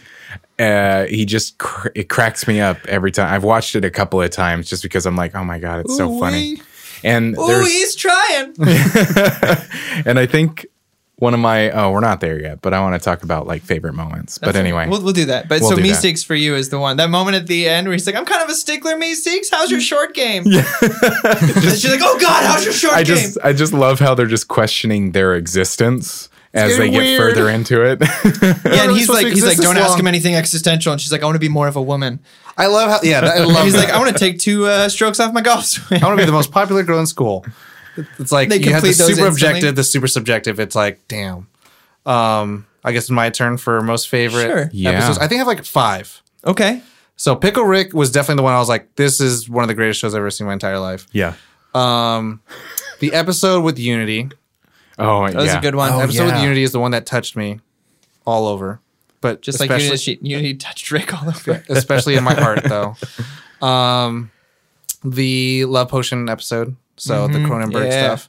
Speaker 5: uh, he just cr- it cracks me up every time. I've watched it a couple of times just because I'm like, oh my god, it's so funny. And
Speaker 1: Ooh,
Speaker 5: there's
Speaker 1: he's trying.
Speaker 5: and I think one of my oh we're not there yet, but I want to talk about like favorite moments. but anyway,
Speaker 1: We'll, we'll do that. But
Speaker 5: We'll
Speaker 1: so
Speaker 5: do that.
Speaker 1: Meeseeks for you is the one. That moment at the end where he's like, I'm kind of a stickler, Meeseeks. How's your short game? Yeah. and she's like, oh God, how's your short
Speaker 5: I
Speaker 1: game?
Speaker 5: just I just love how they're just questioning their existence as they
Speaker 2: getting
Speaker 5: get
Speaker 2: weird.
Speaker 5: further into it.
Speaker 1: yeah, and
Speaker 2: really
Speaker 1: he's
Speaker 2: supposed
Speaker 1: like,
Speaker 2: to
Speaker 1: he's like,
Speaker 2: exist
Speaker 1: don't
Speaker 2: this
Speaker 1: ask
Speaker 2: long.
Speaker 1: him anything existential. And she's like, I want to be more of a woman.
Speaker 2: I love how. Yeah, that- I love.
Speaker 1: He's
Speaker 2: that.
Speaker 1: like, I want to take two uh, strokes off my golf swing.
Speaker 2: I want to be the most popular girl in school. It's like
Speaker 1: They
Speaker 2: you have the
Speaker 1: complete
Speaker 2: super
Speaker 1: those instantly.
Speaker 2: objective, the super subjective. It's like, damn. Um, I guess it's my turn for most favorite
Speaker 1: Sure.
Speaker 5: Yeah.
Speaker 2: episodes. I think I have like five.
Speaker 1: Okay.
Speaker 2: So Pickle Rick was definitely the one I was like, this is one of the greatest shows I've ever seen in my entire life.
Speaker 4: Yeah.
Speaker 2: Um, the episode with Unity.
Speaker 5: oh,
Speaker 1: That was
Speaker 5: yeah.
Speaker 1: a good one.
Speaker 2: The episode with
Speaker 4: yeah.
Speaker 2: Unity is the one that touched me all over. But
Speaker 1: Just
Speaker 2: just
Speaker 1: like
Speaker 2: especially,
Speaker 1: Unity, she, Unity touched Rick all over.
Speaker 2: especially in my heart though. Um, the love potion episode, so the Cronenberg
Speaker 1: Mm-hmm. yeah.
Speaker 2: stuff.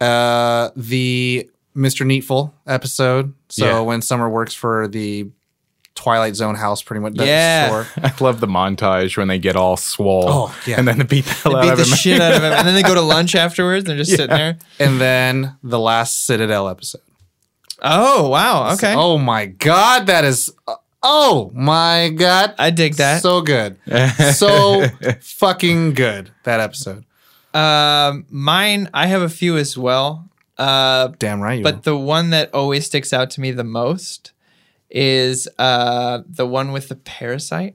Speaker 2: Uh, the Mr. Neatful episode, so
Speaker 5: Yeah.
Speaker 2: when Summer works for the Twilight Zone house, pretty much. that
Speaker 1: Yeah.
Speaker 2: store.
Speaker 5: I love the montage when they get all swole.
Speaker 2: Oh, yeah.
Speaker 5: And then they beat the hell out
Speaker 1: Beat
Speaker 5: of
Speaker 1: the
Speaker 5: him.
Speaker 1: shit out of him. And then they go to lunch afterwards. They're just sitting there.
Speaker 2: and then the last Citadel episode.
Speaker 1: Oh, wow. Okay.
Speaker 2: Oh my god, that is. Oh my god,
Speaker 1: I dig that.
Speaker 2: So good, so fucking good. That episode.
Speaker 1: Um, mine, I have a few as well. Uh,
Speaker 2: Damn right you.
Speaker 1: but the one that always sticks out to me the most is uh, the one with the parasite,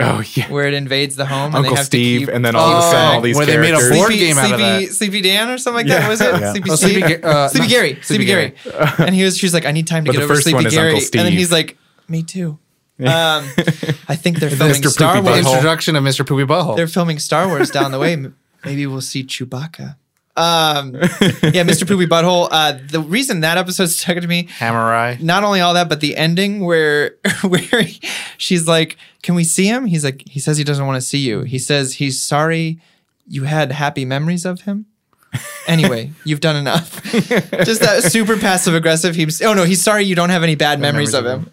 Speaker 5: oh, yeah.
Speaker 1: where it invades the home. and
Speaker 5: Uncle
Speaker 1: they have to
Speaker 5: Steve.
Speaker 1: keep
Speaker 5: And then all of a sudden,
Speaker 2: Oh,
Speaker 5: all these
Speaker 2: where they made a
Speaker 5: characters.
Speaker 2: board
Speaker 1: Sleepy,
Speaker 2: game out of
Speaker 1: Sleepy,
Speaker 2: that.
Speaker 1: Sleepy Dan or something like that was it? Sleepy,
Speaker 2: Oh,
Speaker 1: Sleepy,
Speaker 2: Sleepy
Speaker 1: Steve?
Speaker 2: Ga- uh,
Speaker 1: Sleepy
Speaker 2: no,
Speaker 1: Gary, Sleepy,
Speaker 2: Sleepy
Speaker 1: Gary, and he was, she's like, I need time to
Speaker 5: But
Speaker 1: get
Speaker 5: the
Speaker 1: over
Speaker 5: first
Speaker 1: Sleepy
Speaker 5: one is
Speaker 1: Gary,
Speaker 5: Uncle
Speaker 1: and then
Speaker 5: Steve.
Speaker 1: he's like, Me too. Um, I think they're filming
Speaker 5: Mr.
Speaker 1: Star
Speaker 5: Poopy
Speaker 1: Wars.
Speaker 5: Butthole.
Speaker 2: introduction of Mr. Poopy Butthole.
Speaker 1: they're filming Star Wars down the way. M- Maybe we'll see Chewbacca. Um, yeah, Mr. Poopy Butthole. Uh, the reason that episode stuck to me,
Speaker 2: Hammer Eye.
Speaker 1: not only all that, but the ending where where he- she's like, "Can we see him?" He's like, he says he doesn't want to see you. He says he's sorry you had happy memories of him. Anyway, you've done enough. Just that super passive aggressive. He's oh no, he's sorry you don't have any bad memories of him.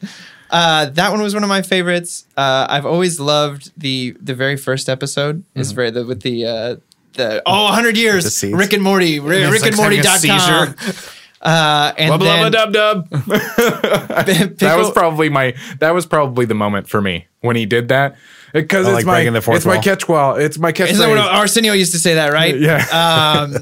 Speaker 1: Uh, that one was one of my favorites. Uh, I've always loved the the very first episode. Is very the with the uh, the Mm-hmm. oh 100
Speaker 4: The
Speaker 1: years
Speaker 4: seeds.
Speaker 1: Rick and Morty Rick, Rick and Morty dot com. Uh, and
Speaker 5: Bubba
Speaker 1: then
Speaker 5: lubba dub dub.
Speaker 1: Pickle,
Speaker 5: That was probably my. That was probably the moment for me when he did that because it's
Speaker 4: like
Speaker 5: my.
Speaker 4: breaking the fourth
Speaker 5: it's my
Speaker 4: wall.
Speaker 5: catch wall. It's my catch.
Speaker 1: Isn't that what Arsenio used to say that, right?
Speaker 5: Yeah.
Speaker 1: Um,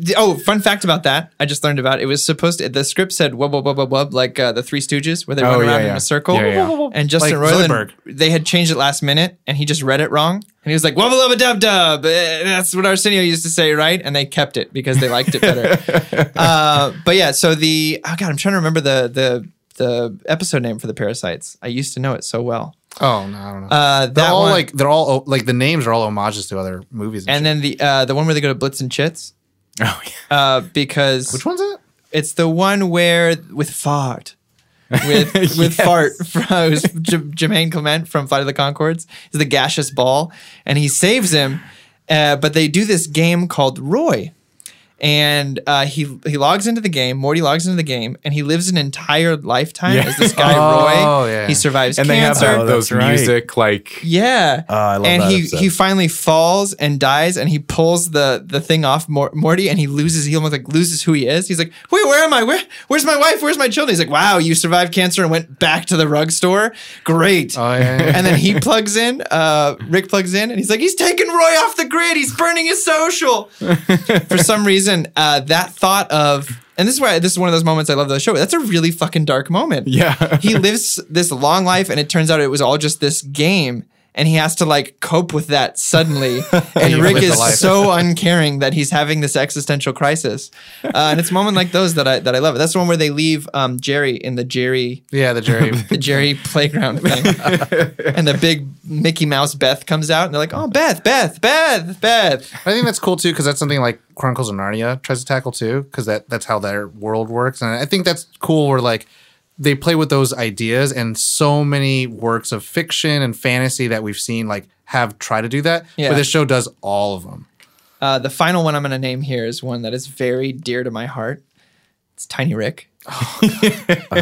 Speaker 1: the- oh, fun fact about that. I just learned about it. It was supposed to, the script said wub, wub, wub, wub, wub, like uh, the Three Stooges, where they
Speaker 5: Oh,
Speaker 1: run
Speaker 5: yeah,
Speaker 1: around in
Speaker 5: yeah.
Speaker 1: a circle.
Speaker 5: Yeah, yeah. Wub, wub,
Speaker 1: And Justin
Speaker 5: Like
Speaker 1: Roiland,
Speaker 5: Zoidberg.
Speaker 1: they had changed it last minute and he just read it wrong. And he was like, wubba lubba dub dub. Eh, That's what Arsenio used to say, right? And they kept it because they liked it better. uh, but yeah, so the, oh God, I'm trying to remember the, the, the episode name for the parasites. I used to know it so well.
Speaker 2: Oh no, I don't know.
Speaker 1: Uh, that
Speaker 2: they're all
Speaker 1: one-
Speaker 2: like they're all oh, like the names are all homages to other movies. And,
Speaker 1: And then the uh, the one where they go to Blitz and Chits.
Speaker 5: Oh yeah.
Speaker 1: uh, because
Speaker 2: shit. which one's it?
Speaker 1: it's the one where with fart. with with fart from it was J- Jermaine Clement from Flight of the Concords is the gaseous ball, and he saves him. Uh, but they do this game called Roy, and uh, he he logs into the game. Morty logs into the game, and he lives an entire lifetime as this guy
Speaker 2: Oh,
Speaker 1: Roy.
Speaker 2: yeah.
Speaker 1: He survives
Speaker 5: And they have
Speaker 1: cancer.
Speaker 5: that,
Speaker 4: Oh, that's
Speaker 5: those
Speaker 4: right.
Speaker 5: music like.
Speaker 1: Yeah.
Speaker 4: Ah, I love
Speaker 1: and
Speaker 4: that
Speaker 1: he
Speaker 4: episode.
Speaker 1: he finally falls and dies, and he pulls the the thing off Mor- Morty, and he loses. He almost like loses who he is. He's like, wait, where am I? Where where's my wife? Where's my children? He's like, wow, you survived cancer and went back to the rug store. Great.
Speaker 2: Oh yeah, yeah, yeah.
Speaker 1: and then he plugs in. Uh, Rick plugs in, and he's like, he's taking Roy off the grid. He's burning his social. For some reason, uh, that thought of. And this is why this is one of those moments I love the show. That's a really fucking dark moment
Speaker 5: Yeah.
Speaker 1: he lives this long life and it turns out it was all just this game and he has to like cope with that suddenly and
Speaker 2: you
Speaker 1: rick
Speaker 2: live the
Speaker 1: is
Speaker 2: life.
Speaker 1: so uncaring that he's having this existential crisis uh, and it's a moment like those that i that i love that's the one where they leave um, jerry in the jerry
Speaker 2: yeah, the jury.
Speaker 1: the jerry playground thing and the big mickey mouse beth comes out and they're like oh beth beth beth beth
Speaker 2: I think that's cool too because that's something like Chronicles of Narnia tries to tackle too because that that's how their world works, and I think that's cool where like they play with those ideas and so many works of fiction and fantasy that we've seen like have tried to do that,
Speaker 1: Yeah.
Speaker 2: but this show does all of them.
Speaker 1: uh, the final one i'm going to name here is one that is very dear to my heart it's tiny rick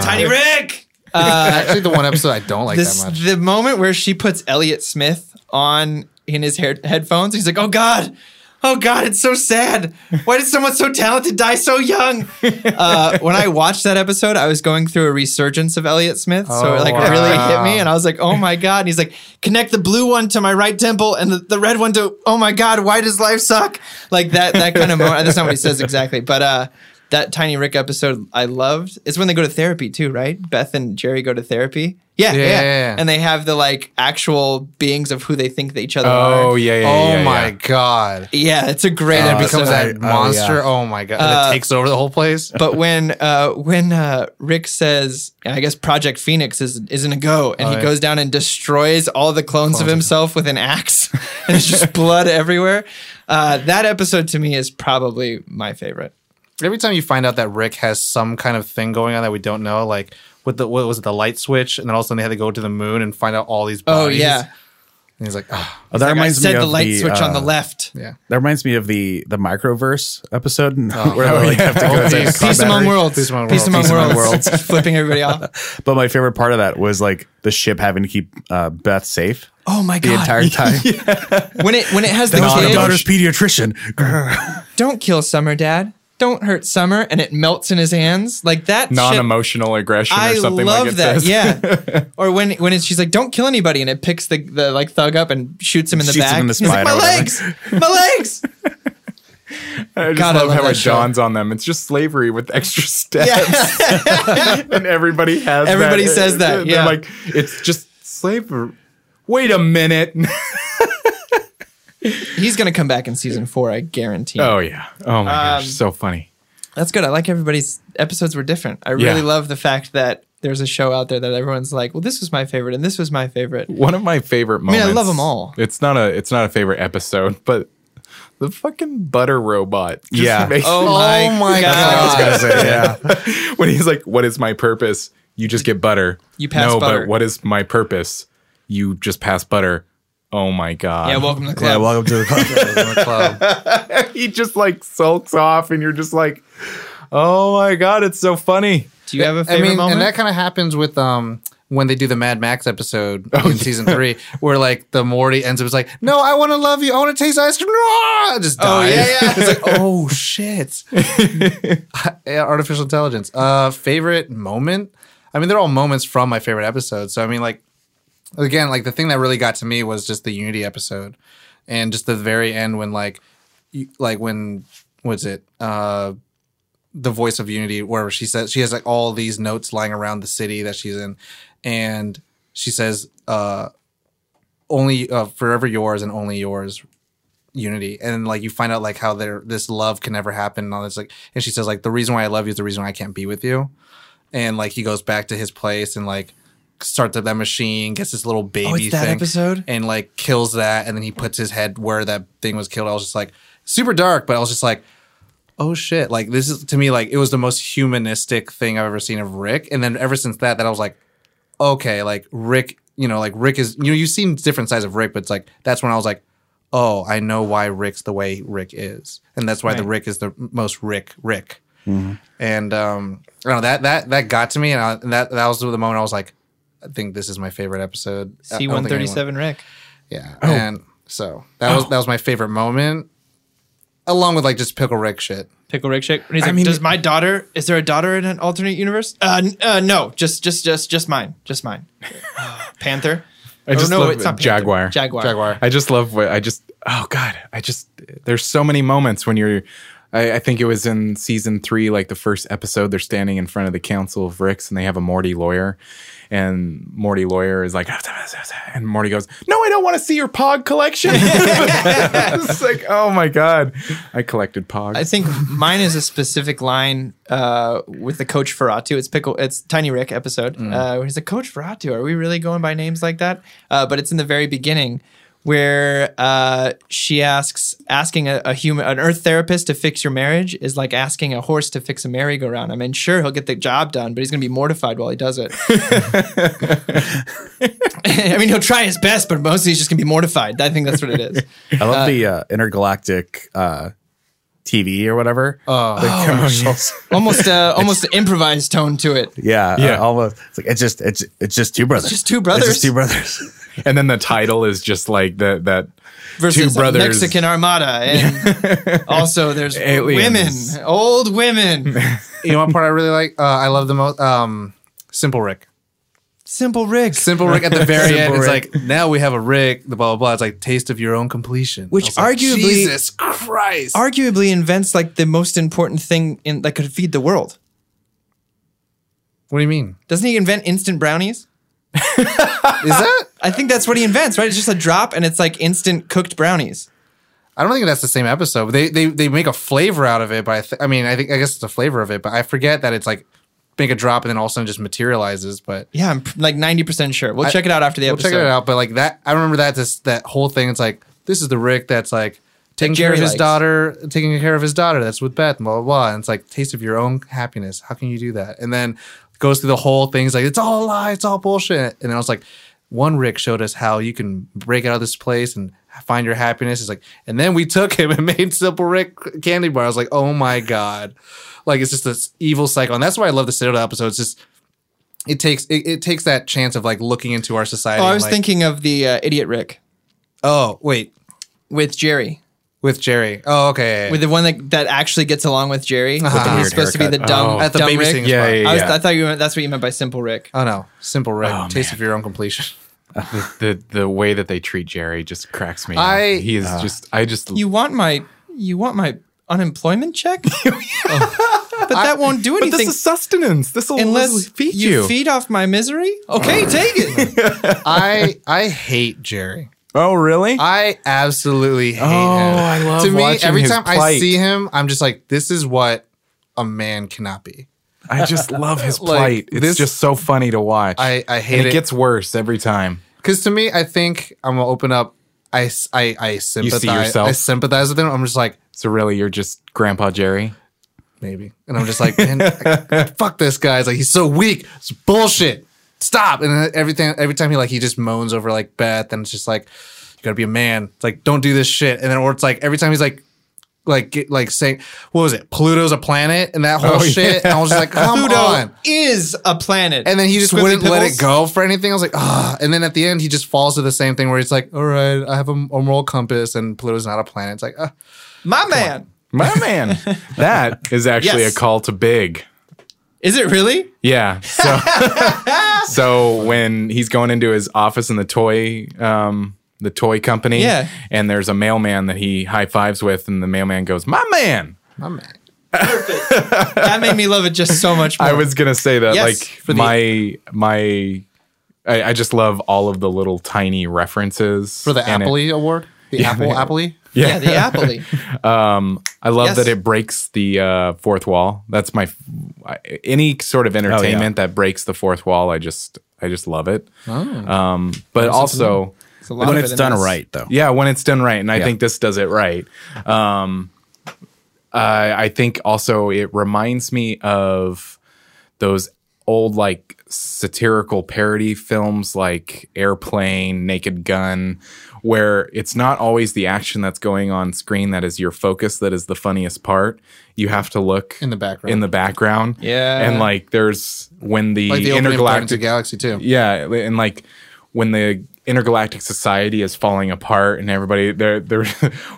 Speaker 1: tiny rick
Speaker 2: Actually, the one episode I don't like
Speaker 1: this
Speaker 2: that much.
Speaker 1: the moment where she puts Elliot Smith on in his hair, headphones. He's like, "Oh God, oh God, it's so sad. Why did someone so talented die so young?" Uh, when I watched that episode, I was going through a resurgence of Elliot Smith, so it
Speaker 2: Oh,
Speaker 1: like really hit
Speaker 2: wow.
Speaker 1: me, and I was like, "Oh my God!" And he's like, "Connect the blue one to my right temple and the, the red one to oh my God, why does life suck?" Like that that kind of moment. That's not what he says exactly, but uh. That Tiny Rick episode I loved. It's when they go to therapy too, right? Beth and Jerry go to therapy. Yeah, yeah.
Speaker 2: Yeah.
Speaker 1: And they have the like actual beings of who they think that each other are.
Speaker 5: Oh yeah. yeah,
Speaker 2: oh
Speaker 5: yeah,
Speaker 2: my
Speaker 5: yeah.
Speaker 2: god.
Speaker 1: Yeah, it's a great
Speaker 2: And it
Speaker 1: episode.
Speaker 2: becomes that
Speaker 4: I- oh,
Speaker 2: monster.
Speaker 4: yeah.
Speaker 2: Oh, my god! that takes over the whole place.
Speaker 1: but when uh, when uh, Rick says, I guess Project Phoenix is isn't a go, and he
Speaker 2: yeah.
Speaker 1: goes down and destroys all the clones of himself with an axe, and it's just blood everywhere. Uh, that episode to me is probably my favorite.
Speaker 2: Every time you find out that Rick has some kind of thing going on that we don't know, like with the what was it, the light switch, and then all of a sudden they had to go to the moon and find out all these.
Speaker 1: Oh
Speaker 2: Bodies.
Speaker 1: yeah,
Speaker 2: and he's like, oh,
Speaker 4: Oh, that
Speaker 1: Like, I
Speaker 4: reminds me
Speaker 1: said
Speaker 4: of
Speaker 1: the light switch on the
Speaker 4: uh,
Speaker 1: left.
Speaker 2: yeah.
Speaker 4: That reminds me of the the microverse episode where they like, have to
Speaker 2: Oh,
Speaker 4: go inside
Speaker 2: yeah.
Speaker 4: the car
Speaker 1: Peace among
Speaker 4: battery.
Speaker 1: worlds.
Speaker 2: Peace among
Speaker 1: Peace among
Speaker 2: worlds.
Speaker 1: worlds. Flipping everybody off.
Speaker 4: But my favorite part of that was like the ship having to keep uh, Beth safe
Speaker 1: Oh my
Speaker 4: the
Speaker 1: god!
Speaker 4: entire time.
Speaker 1: when it when it has the
Speaker 4: That was my
Speaker 1: kid,
Speaker 4: daughter's pediatrician.
Speaker 1: don't kill Summer, Dad. Don't hurt Summer, and it melts in his hands like that. shit-
Speaker 5: Non-emotional aggression
Speaker 1: I
Speaker 5: or something
Speaker 1: love
Speaker 5: like it
Speaker 1: that.
Speaker 5: says.
Speaker 1: Yeah. or when when it's, she's like, "Don't kill anybody," and it picks the, the like thug up and shoots him in the
Speaker 4: Shoots him
Speaker 1: back.
Speaker 4: in the
Speaker 1: He's like,
Speaker 4: spine
Speaker 1: my
Speaker 4: or whatever."
Speaker 1: legs, my legs.
Speaker 5: I just
Speaker 1: God, I
Speaker 5: love,
Speaker 1: love
Speaker 5: how
Speaker 1: that
Speaker 5: it
Speaker 1: show.
Speaker 5: dawns on them. It's just slavery with extra steps.
Speaker 1: Yeah.
Speaker 5: and everybody has
Speaker 1: Everybody
Speaker 5: that.
Speaker 1: says that,
Speaker 5: They're
Speaker 1: yeah.
Speaker 5: like it's just slavery. Wait a minute.
Speaker 1: He's gonna come back in season four, I guarantee.
Speaker 5: oh yeah. Oh my gosh, so funny.
Speaker 1: That's good. I like everybody's episodes were different. I
Speaker 5: Yeah.
Speaker 1: really love the fact that there's a show out there that everyone's like, "Well, this was my favorite, and this was my favorite."
Speaker 5: One of my favorite
Speaker 1: mean,
Speaker 5: moments.
Speaker 1: I love 'em all.
Speaker 5: It's not a it's not a favorite episode, but the fucking butter robot. just
Speaker 4: Yeah.
Speaker 5: makes-
Speaker 1: Oh my, god.
Speaker 4: I was gonna say, yeah.
Speaker 5: when he's like, "What is my purpose?" You just get butter.
Speaker 1: You pass
Speaker 5: no,
Speaker 1: butter.
Speaker 5: but what is my purpose? You just pass butter. Oh my god!
Speaker 1: Yeah, welcome to the club.
Speaker 4: yeah, welcome to the club.
Speaker 5: he just like sulks off, and you're just like, "Oh my god, it's so funny."
Speaker 1: Do you have a
Speaker 2: I
Speaker 1: favorite
Speaker 2: mean,
Speaker 1: moment?
Speaker 2: and that kind of happens with um when they do the Mad Max episode
Speaker 1: Oh,
Speaker 2: in season three, where like the Morty ends up is like, "No, I want to love you. I want to taste ice cream." Rah! Just
Speaker 1: Oh,
Speaker 2: dies.
Speaker 1: yeah, yeah.
Speaker 2: it's like, oh shit. Yeah, artificial intelligence. Uh, favorite moment. I mean, they're all moments from my favorite episode. So I mean, like again, like the thing that really got to me was just the Unity episode, and just the very end when like, you, like when was it? Uh, the voice of Unity, where she says she has like all these notes lying around the city that she's in, and she says, uh, "Only uh, forever yours and only yours." Unity, and like you find out like how their this love can never happen, and all this like, and she says like the reason why I love you is the reason why I can't be with you, and like he goes back to his place and like starts up that machine, gets this little baby
Speaker 1: Oh, it's that
Speaker 2: thing,
Speaker 1: episode?
Speaker 2: and like kills that, and then he puts his head where that thing was killed. I was just like super dark, but I was just like, oh shit, like this is to me like it was the most humanistic thing I've ever seen of Rick, and then ever since that, that I was like, okay, like Rick, you know, like Rick is, you know, you've seen different sides of Rick, but it's like that's when I was like, oh, I know why Rick's the way Rick is, and that's why the Rick is the most Rick Rick. And um, I don't know that that that got to me, and, I, and that that was the moment I was like, I think this is my favorite episode. I- I
Speaker 1: C
Speaker 2: don't
Speaker 1: one
Speaker 2: think
Speaker 1: thirty
Speaker 2: anyone-
Speaker 1: seven Rick.
Speaker 2: yeah. And so that was that was my favorite moment. Along with like just pickle Rick shit.
Speaker 1: Pickle Rick shake. And he's like, does my daughter? Is there a daughter in an alternate universe? Uh, n- uh no, just just just just mine, just mine. Panther.
Speaker 5: I just
Speaker 1: oh, no,
Speaker 5: love
Speaker 1: it's not Panther.
Speaker 5: Jaguar.
Speaker 1: Jaguar.
Speaker 2: Jaguar.
Speaker 5: I just love what I just. Oh God, I just. There's so many moments when you're. I, I think it was in season three, like the first episode. They're standing in front of the Council of Ricks, and they have a Morty lawyer, and Morty lawyer is like, and Morty goes, "No, I don't want to see your Pog collection." it's like, oh my God, I collected Pogs.
Speaker 1: I think mine is a specific line uh, with the coach Ferratu. It's pickle. It's Tiny Rick episode. Uh, where he's like, Coach Ferratu, are we really going by names like that? Uh, but it's in the very beginning where uh, she asks, asking a, a human, an earth therapist to fix your marriage is like asking a horse to fix a merry-go-round. I mean, sure, he'll get the job done, but he's gonna be mortified while he does it. I mean, he'll try his best, but mostly he's just gonna be mortified. I think that's what it is.
Speaker 4: I love the uh, intergalactic uh, TV or whatever. Oh, the commercials.
Speaker 1: Almost, uh, almost improvised tone to it.
Speaker 4: yeah,
Speaker 5: Yeah.
Speaker 4: yeah. almost. It's like it's just it's it's just two brothers.
Speaker 1: just two brothers.
Speaker 4: It's just two brothers.
Speaker 5: and then the title is just like the, that.
Speaker 1: versus
Speaker 5: Two brothers.
Speaker 1: Mexican Armada, and also there's
Speaker 5: Aliens.
Speaker 1: women, old women.
Speaker 2: You know what part I really like? Uh, I love the most um, Simple Rick.
Speaker 1: Simple Rick,
Speaker 2: Simple Rick at the very end.
Speaker 5: Simple
Speaker 2: It's
Speaker 5: Rick.
Speaker 2: like now we have a Rick, the blah blah blah. It's like taste of your own completion.
Speaker 1: Which
Speaker 2: I was like,
Speaker 1: arguably-
Speaker 2: Jesus Christ.
Speaker 1: arguably invents like the most important thing in that could feed the world.
Speaker 2: what do you mean?
Speaker 1: Doesn't he invent instant brownies?
Speaker 2: Is that
Speaker 1: I think that's what he invents, right? It's just a drop, and it's like instant cooked brownies.
Speaker 2: I don't think that's the same episode. They they they make a flavor out of it, but I, th- I mean I think I guess it's a flavor of it, but I forget that it's like make a drop and then all of a sudden just materializes. But
Speaker 1: Yeah, I'm like ninety percent sure. We'll check it out after the
Speaker 2: we'll
Speaker 1: episode.
Speaker 2: check it out. But like that, I remember that this that whole thing. It's like this is the Rick that's like taking care
Speaker 1: Jerry
Speaker 2: of his
Speaker 1: likes.
Speaker 2: daughter, taking care of his daughter. That's with Beth, blah blah blah. And it's like taste of your own happiness. How can you do that? And then goes through the whole thing. It's like it's all a lie. It's all bullshit. And then I was like, one Rick showed us how you can break out of this place and find your happiness. It's like, and then we took him and made Simple Rick candy bar. I was like, oh my god. Like it's just this evil cycle, and that's why I love the Citadel episode. It's just it takes it, it takes that chance of like looking into our society.
Speaker 1: Oh, I
Speaker 2: and,
Speaker 1: was
Speaker 2: like,
Speaker 1: thinking of the uh, idiot Rick
Speaker 2: Oh wait,
Speaker 1: with Jerry.
Speaker 2: with Jerry. Oh okay.
Speaker 1: With the one that, that actually gets along with Jerry,
Speaker 2: the
Speaker 1: he's
Speaker 5: weird
Speaker 1: supposed to be the
Speaker 5: haircut.
Speaker 1: dumb,
Speaker 5: Oh.
Speaker 2: At the
Speaker 1: dumb
Speaker 2: baby
Speaker 1: Rick.
Speaker 2: singing spot.
Speaker 5: Yeah, yeah,
Speaker 1: I, was,
Speaker 5: yeah.
Speaker 1: I thought you meant, that's what you meant by simple Rick.
Speaker 2: oh no, simple Rick. Taste of your own completion.
Speaker 5: the the way that they treat Jerry just cracks me.
Speaker 2: I-
Speaker 5: up. he is just. I just.
Speaker 1: uh, you want my you want my unemployment check but that won't do
Speaker 5: but
Speaker 1: anything
Speaker 5: this is sustenance. This will
Speaker 1: unless
Speaker 5: feed
Speaker 1: you, feed off my misery okay take it
Speaker 2: I I hate Jerry.
Speaker 5: Oh, really?
Speaker 2: I absolutely hate him.
Speaker 5: I love
Speaker 2: To me,
Speaker 5: watching
Speaker 2: every
Speaker 5: his
Speaker 2: time I
Speaker 5: plight.
Speaker 2: see him, I'm just like, this is what a man cannot be.
Speaker 5: I just love his
Speaker 2: Like,
Speaker 5: plight. It's
Speaker 2: this-
Speaker 5: just so funny to watch.
Speaker 2: I- I hate
Speaker 5: and
Speaker 2: it.
Speaker 5: It gets worse every time.
Speaker 2: Because to me, I think I'm gonna open up. I s- I I sympathize.
Speaker 5: yourself?
Speaker 2: I sympathize with him. I'm just like
Speaker 5: So really, you're just Grandpa Jerry.
Speaker 2: maybe, and I'm just like, man, fuck this guy. It's like he's so weak. It's bullshit. Stop. And then everything. Every time he like he just moans over like Beth, and it's just like you gotta be a man. It's like don't do this shit. And then or it's like every time he's like like get, like saying what was it? Pluto's a planet and that whole
Speaker 5: Oh, yeah.
Speaker 2: shit. And I was just like, come
Speaker 1: Pluto
Speaker 2: on.
Speaker 1: is a planet.
Speaker 2: And then he just
Speaker 1: Squiggly
Speaker 2: wouldn't let it
Speaker 1: Pibbles.
Speaker 2: go for anything. I was like, ah. And then at the end, he just falls to the same thing where he's like, all right, I have a, a moral compass, and Pluto's not a planet. It's like, ah.
Speaker 1: My man.
Speaker 5: My man. That is actually
Speaker 1: Yes.
Speaker 5: a call to big.
Speaker 1: Is it really?
Speaker 5: Yeah. So, so when he's going into his office in the toy, um, the toy company,
Speaker 1: Yeah.
Speaker 5: and there's a mailman that he high fives with, and the mailman goes, "My man."
Speaker 2: my man.
Speaker 1: That made me love it just so much more.
Speaker 5: I was gonna say that,
Speaker 1: Yes,
Speaker 5: like
Speaker 1: for the-
Speaker 5: my my, I, I just love all of the little tiny references
Speaker 2: for the
Speaker 5: and it-
Speaker 2: Appley Award, the Apple Appley.
Speaker 1: yeah, the Appley.
Speaker 5: I love
Speaker 1: Yes.
Speaker 5: that it breaks the uh, fourth wall. That's my f- I- any sort of entertainment that breaks the fourth wall. I just I just love it. Um, but also,
Speaker 1: It's a lot
Speaker 4: when
Speaker 1: of
Speaker 4: it's
Speaker 1: it in
Speaker 4: done
Speaker 1: this.
Speaker 4: right, though.
Speaker 5: yeah, when it's done right, and I
Speaker 4: Yeah.
Speaker 5: think this does it right. Um, I I think also it reminds me of those old like satirical parody films like Airplane, Naked Gun, where it's not always the action that's going on screen that is your focus that is the funniest part. You have to look
Speaker 2: In the background.
Speaker 5: In the background,
Speaker 1: Yeah.
Speaker 5: and like there's when the,
Speaker 2: Like the opening of Guardians of the
Speaker 5: intergalactic
Speaker 2: Galaxy too.
Speaker 5: yeah, and like when the intergalactic society is falling apart and everybody they're they're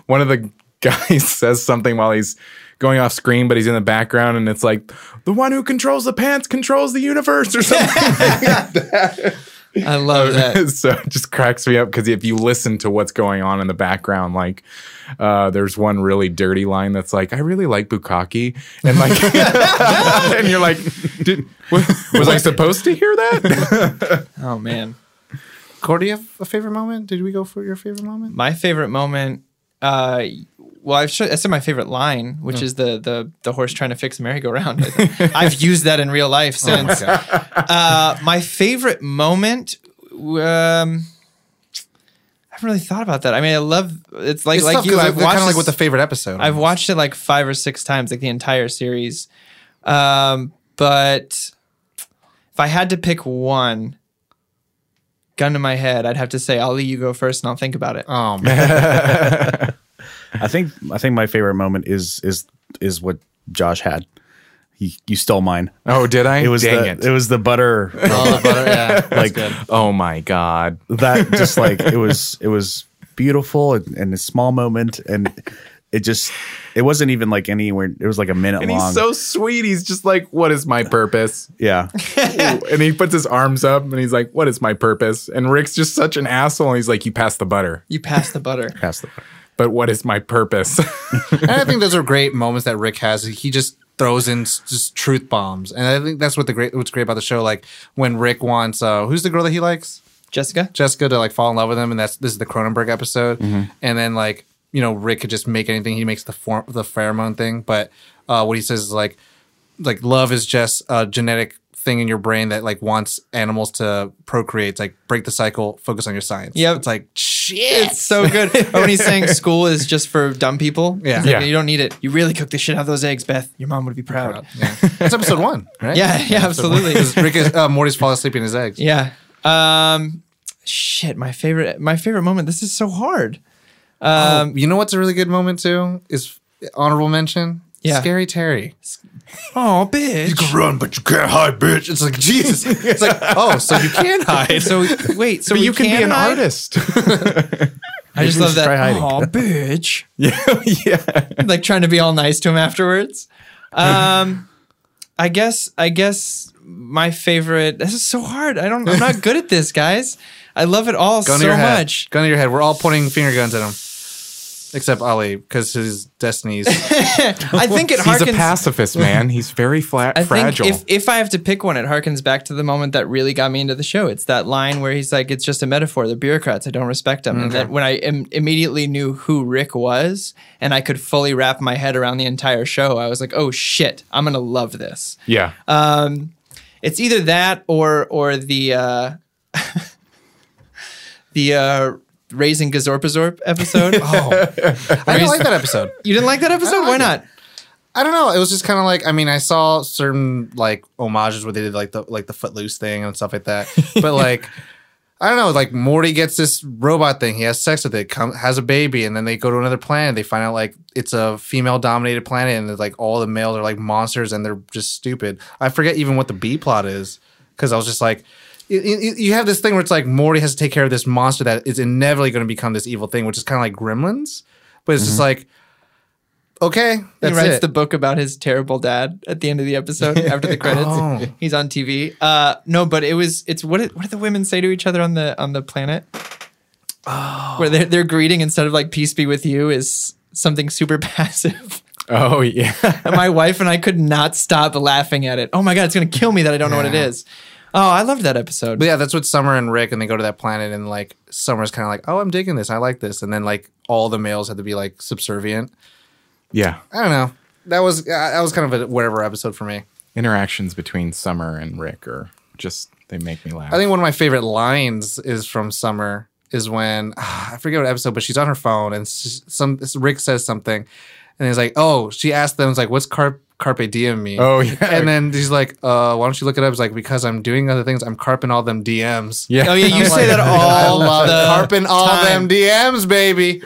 Speaker 5: one of the guys says something while he's going off screen, but he's in the background and it's like the one who controls the pants controls the universe or something.
Speaker 1: I love that.
Speaker 5: so it just cracks me up because if you listen to what's going on in the background, like uh, there's one really dirty line that's like, I really like Bukaki. And like and you're like, Did, wa- was I supposed to hear that?
Speaker 1: Oh man.
Speaker 2: Cordy, you have a favorite moment? Did we go for your favorite moment?
Speaker 1: My favorite moment. Uh, well, I've sh- I said my favorite line, which
Speaker 2: Hmm.
Speaker 1: is the the the horse trying to fix the merry-go-round. I've used that in real life
Speaker 2: Oh
Speaker 1: since. uh, my favorite moment. Um, I haven't really thought about that. I mean, I love. It's like
Speaker 2: It's
Speaker 1: like
Speaker 2: tough
Speaker 1: you.
Speaker 2: 'cause
Speaker 1: I've
Speaker 2: they're
Speaker 1: watched
Speaker 2: kinda like
Speaker 1: this-
Speaker 2: with the favorite episode.
Speaker 1: I've watched it like five or six times, like the entire series. Um, but if I had to pick one, gun to my head, I'd have to say, I'll let you go first and I'll think about it.
Speaker 2: oh man,
Speaker 4: I think I think my favorite moment is is is what Josh had. He, you stole mine.
Speaker 5: oh, did I?
Speaker 4: It was
Speaker 5: Dang
Speaker 4: the, it. was the butter
Speaker 2: all the butter. Yeah,
Speaker 4: like
Speaker 5: Oh my god.
Speaker 4: that just like it was it was beautiful and, and a small moment and it just it wasn't even like anywhere it was like a minute
Speaker 5: And
Speaker 4: long.
Speaker 5: he's so sweet. He's just like, "What is my purpose?"
Speaker 4: yeah.
Speaker 5: and he puts his arms up and he's like, "What is my purpose?" And Rick's just such an asshole. And he's like, "You passed the butter,
Speaker 1: You pass the butter.
Speaker 4: Past the
Speaker 5: but what is my purpose?"
Speaker 2: and I think those are great moments that Rick has. He just throws in s- just truth bombs, and I think that's what the great what's great about the show. Like when Rick wants, uh, who's the girl that he likes?
Speaker 1: Jessica?
Speaker 2: Jessica to like fall in love with him, and that's this is the Cronenberg episode. And then like you know Rick could just make anything. He makes the form the pheromone thing, but uh, what he says is like like love is just a genetic thing in your brain that like wants animals to procreate. It's like break the cycle, focus on your science.
Speaker 1: Yep.
Speaker 2: it's like shit.
Speaker 1: It's so good. or when he's saying school is just for dumb people.
Speaker 2: Yeah.
Speaker 1: He's like,
Speaker 5: Yeah.
Speaker 1: You don't need it. You really cook the shit out of those eggs, Beth. Your mom would be proud.
Speaker 2: Yeah. That's episode one, right?
Speaker 1: Yeah, yeah, absolutely.
Speaker 2: Because Rick is uh, Morty's falling asleep in his eggs.
Speaker 1: Yeah. Um, shit, my favorite my favorite moment. This is so hard.
Speaker 2: Um, you know what's a really good moment too is honorable mention.
Speaker 1: Yeah.
Speaker 2: Scary Terry.
Speaker 1: Oh, bitch.
Speaker 2: Run, but you can't hide, bitch. It's like Jesus. It's like oh, so you can hide.
Speaker 1: So wait, so
Speaker 5: but
Speaker 1: we
Speaker 5: you can, be an
Speaker 1: hide?
Speaker 5: artist.
Speaker 1: I just
Speaker 4: can
Speaker 1: love
Speaker 4: just try
Speaker 1: that.
Speaker 4: hiding.
Speaker 1: Oh, bitch.
Speaker 5: yeah,
Speaker 1: like trying to be all nice to him afterwards. Um, I guess. I guess my favorite. This is so hard. I don't. I'm not good at this, guys. I love it all
Speaker 2: Gun to
Speaker 1: so
Speaker 2: your head.
Speaker 1: much.
Speaker 2: Gun to your head. We're all pointing finger guns at him. Except Ali, because his destiny's
Speaker 1: I think it
Speaker 5: he's a
Speaker 1: harkens.
Speaker 5: pacifist, man. He's very flat,
Speaker 1: I think
Speaker 5: fragile.
Speaker 1: if, if I have to pick one, it harkens back to the moment that really got me into the show. It's that line where he's like, "It's just a metaphor. The bureaucrats. I don't respect them." And that when I Im- immediately knew who Rick was, and I could fully wrap my head around the entire show, I was like, "Oh shit, I'm gonna love this."
Speaker 5: yeah,
Speaker 1: uh, it's either that or or the uh the uh raising Gazorpazorp episode. oh,
Speaker 2: I didn't like that episode.
Speaker 1: you didn't like that episode? Why not?
Speaker 2: I don't know. It was just kind of like I mean, I saw certain like homages where they did like the like the footloose thing and stuff like that. But like I don't know. Like Morty gets this robot thing. He has sex with it. Come, has a baby, and then they go to another planet. They find out like it's a female-dominated planet, and it's, like all the males are like monsters, and they're just stupid. I forget even what the B plot is because I was just like, you, you, you have this thing where it's like Morty has to take care of this monster that is inevitably going to become this evil thing, which is kind of like Gremlins, but it's just like, okay,
Speaker 1: Mm-hmm. he
Speaker 2: that's
Speaker 1: writes
Speaker 2: it.
Speaker 1: the book about his terrible dad at the end of the episode after the credits.
Speaker 2: Oh.
Speaker 1: He's on TV. Uh, no, but it was it's what did, what did the women say to each other on the on the planet?
Speaker 2: Oh.
Speaker 1: Where their their greeting instead of like peace be with you is something super passive.
Speaker 5: Oh yeah.
Speaker 1: and my wife and I could not stop laughing at it. Oh my god, it's gonna kill me that I don't know what it is. Oh, I loved that episode.
Speaker 2: But yeah, that's what Summer and Rick, and they go to that planet, and like Summer's kind of like, "Oh, I'm digging this. I like this," and then like all the males had to be like subservient.
Speaker 5: Yeah.
Speaker 2: I don't know. That was uh, that was kind of a whatever episode for me.
Speaker 5: Interactions between Summer and Rick are just they make me laugh.
Speaker 2: I think one of my favorite lines is from Summer is when I forget what episode, but she's on her phone and s some Rick says something, and he's like, "Oh," she asked them, "It's like what's carp." Carpe diem me.
Speaker 5: Oh, yeah.
Speaker 2: And then he's like, uh, why don't you look it up? It's like, because I'm doing other things. I'm carping all them DMs.
Speaker 5: yeah.
Speaker 1: Oh yeah, you say that
Speaker 2: I
Speaker 1: all
Speaker 2: love
Speaker 1: the
Speaker 2: carping all
Speaker 1: time.
Speaker 2: them DMs, baby.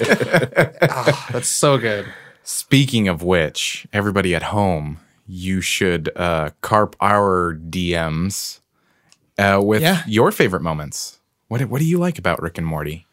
Speaker 2: Ah, that's so good.
Speaker 5: Speaking of which, everybody at home, you should uh, carp our DMs uh, with
Speaker 1: Yeah.
Speaker 5: your favorite moments. What What do you like about Rick and Morty?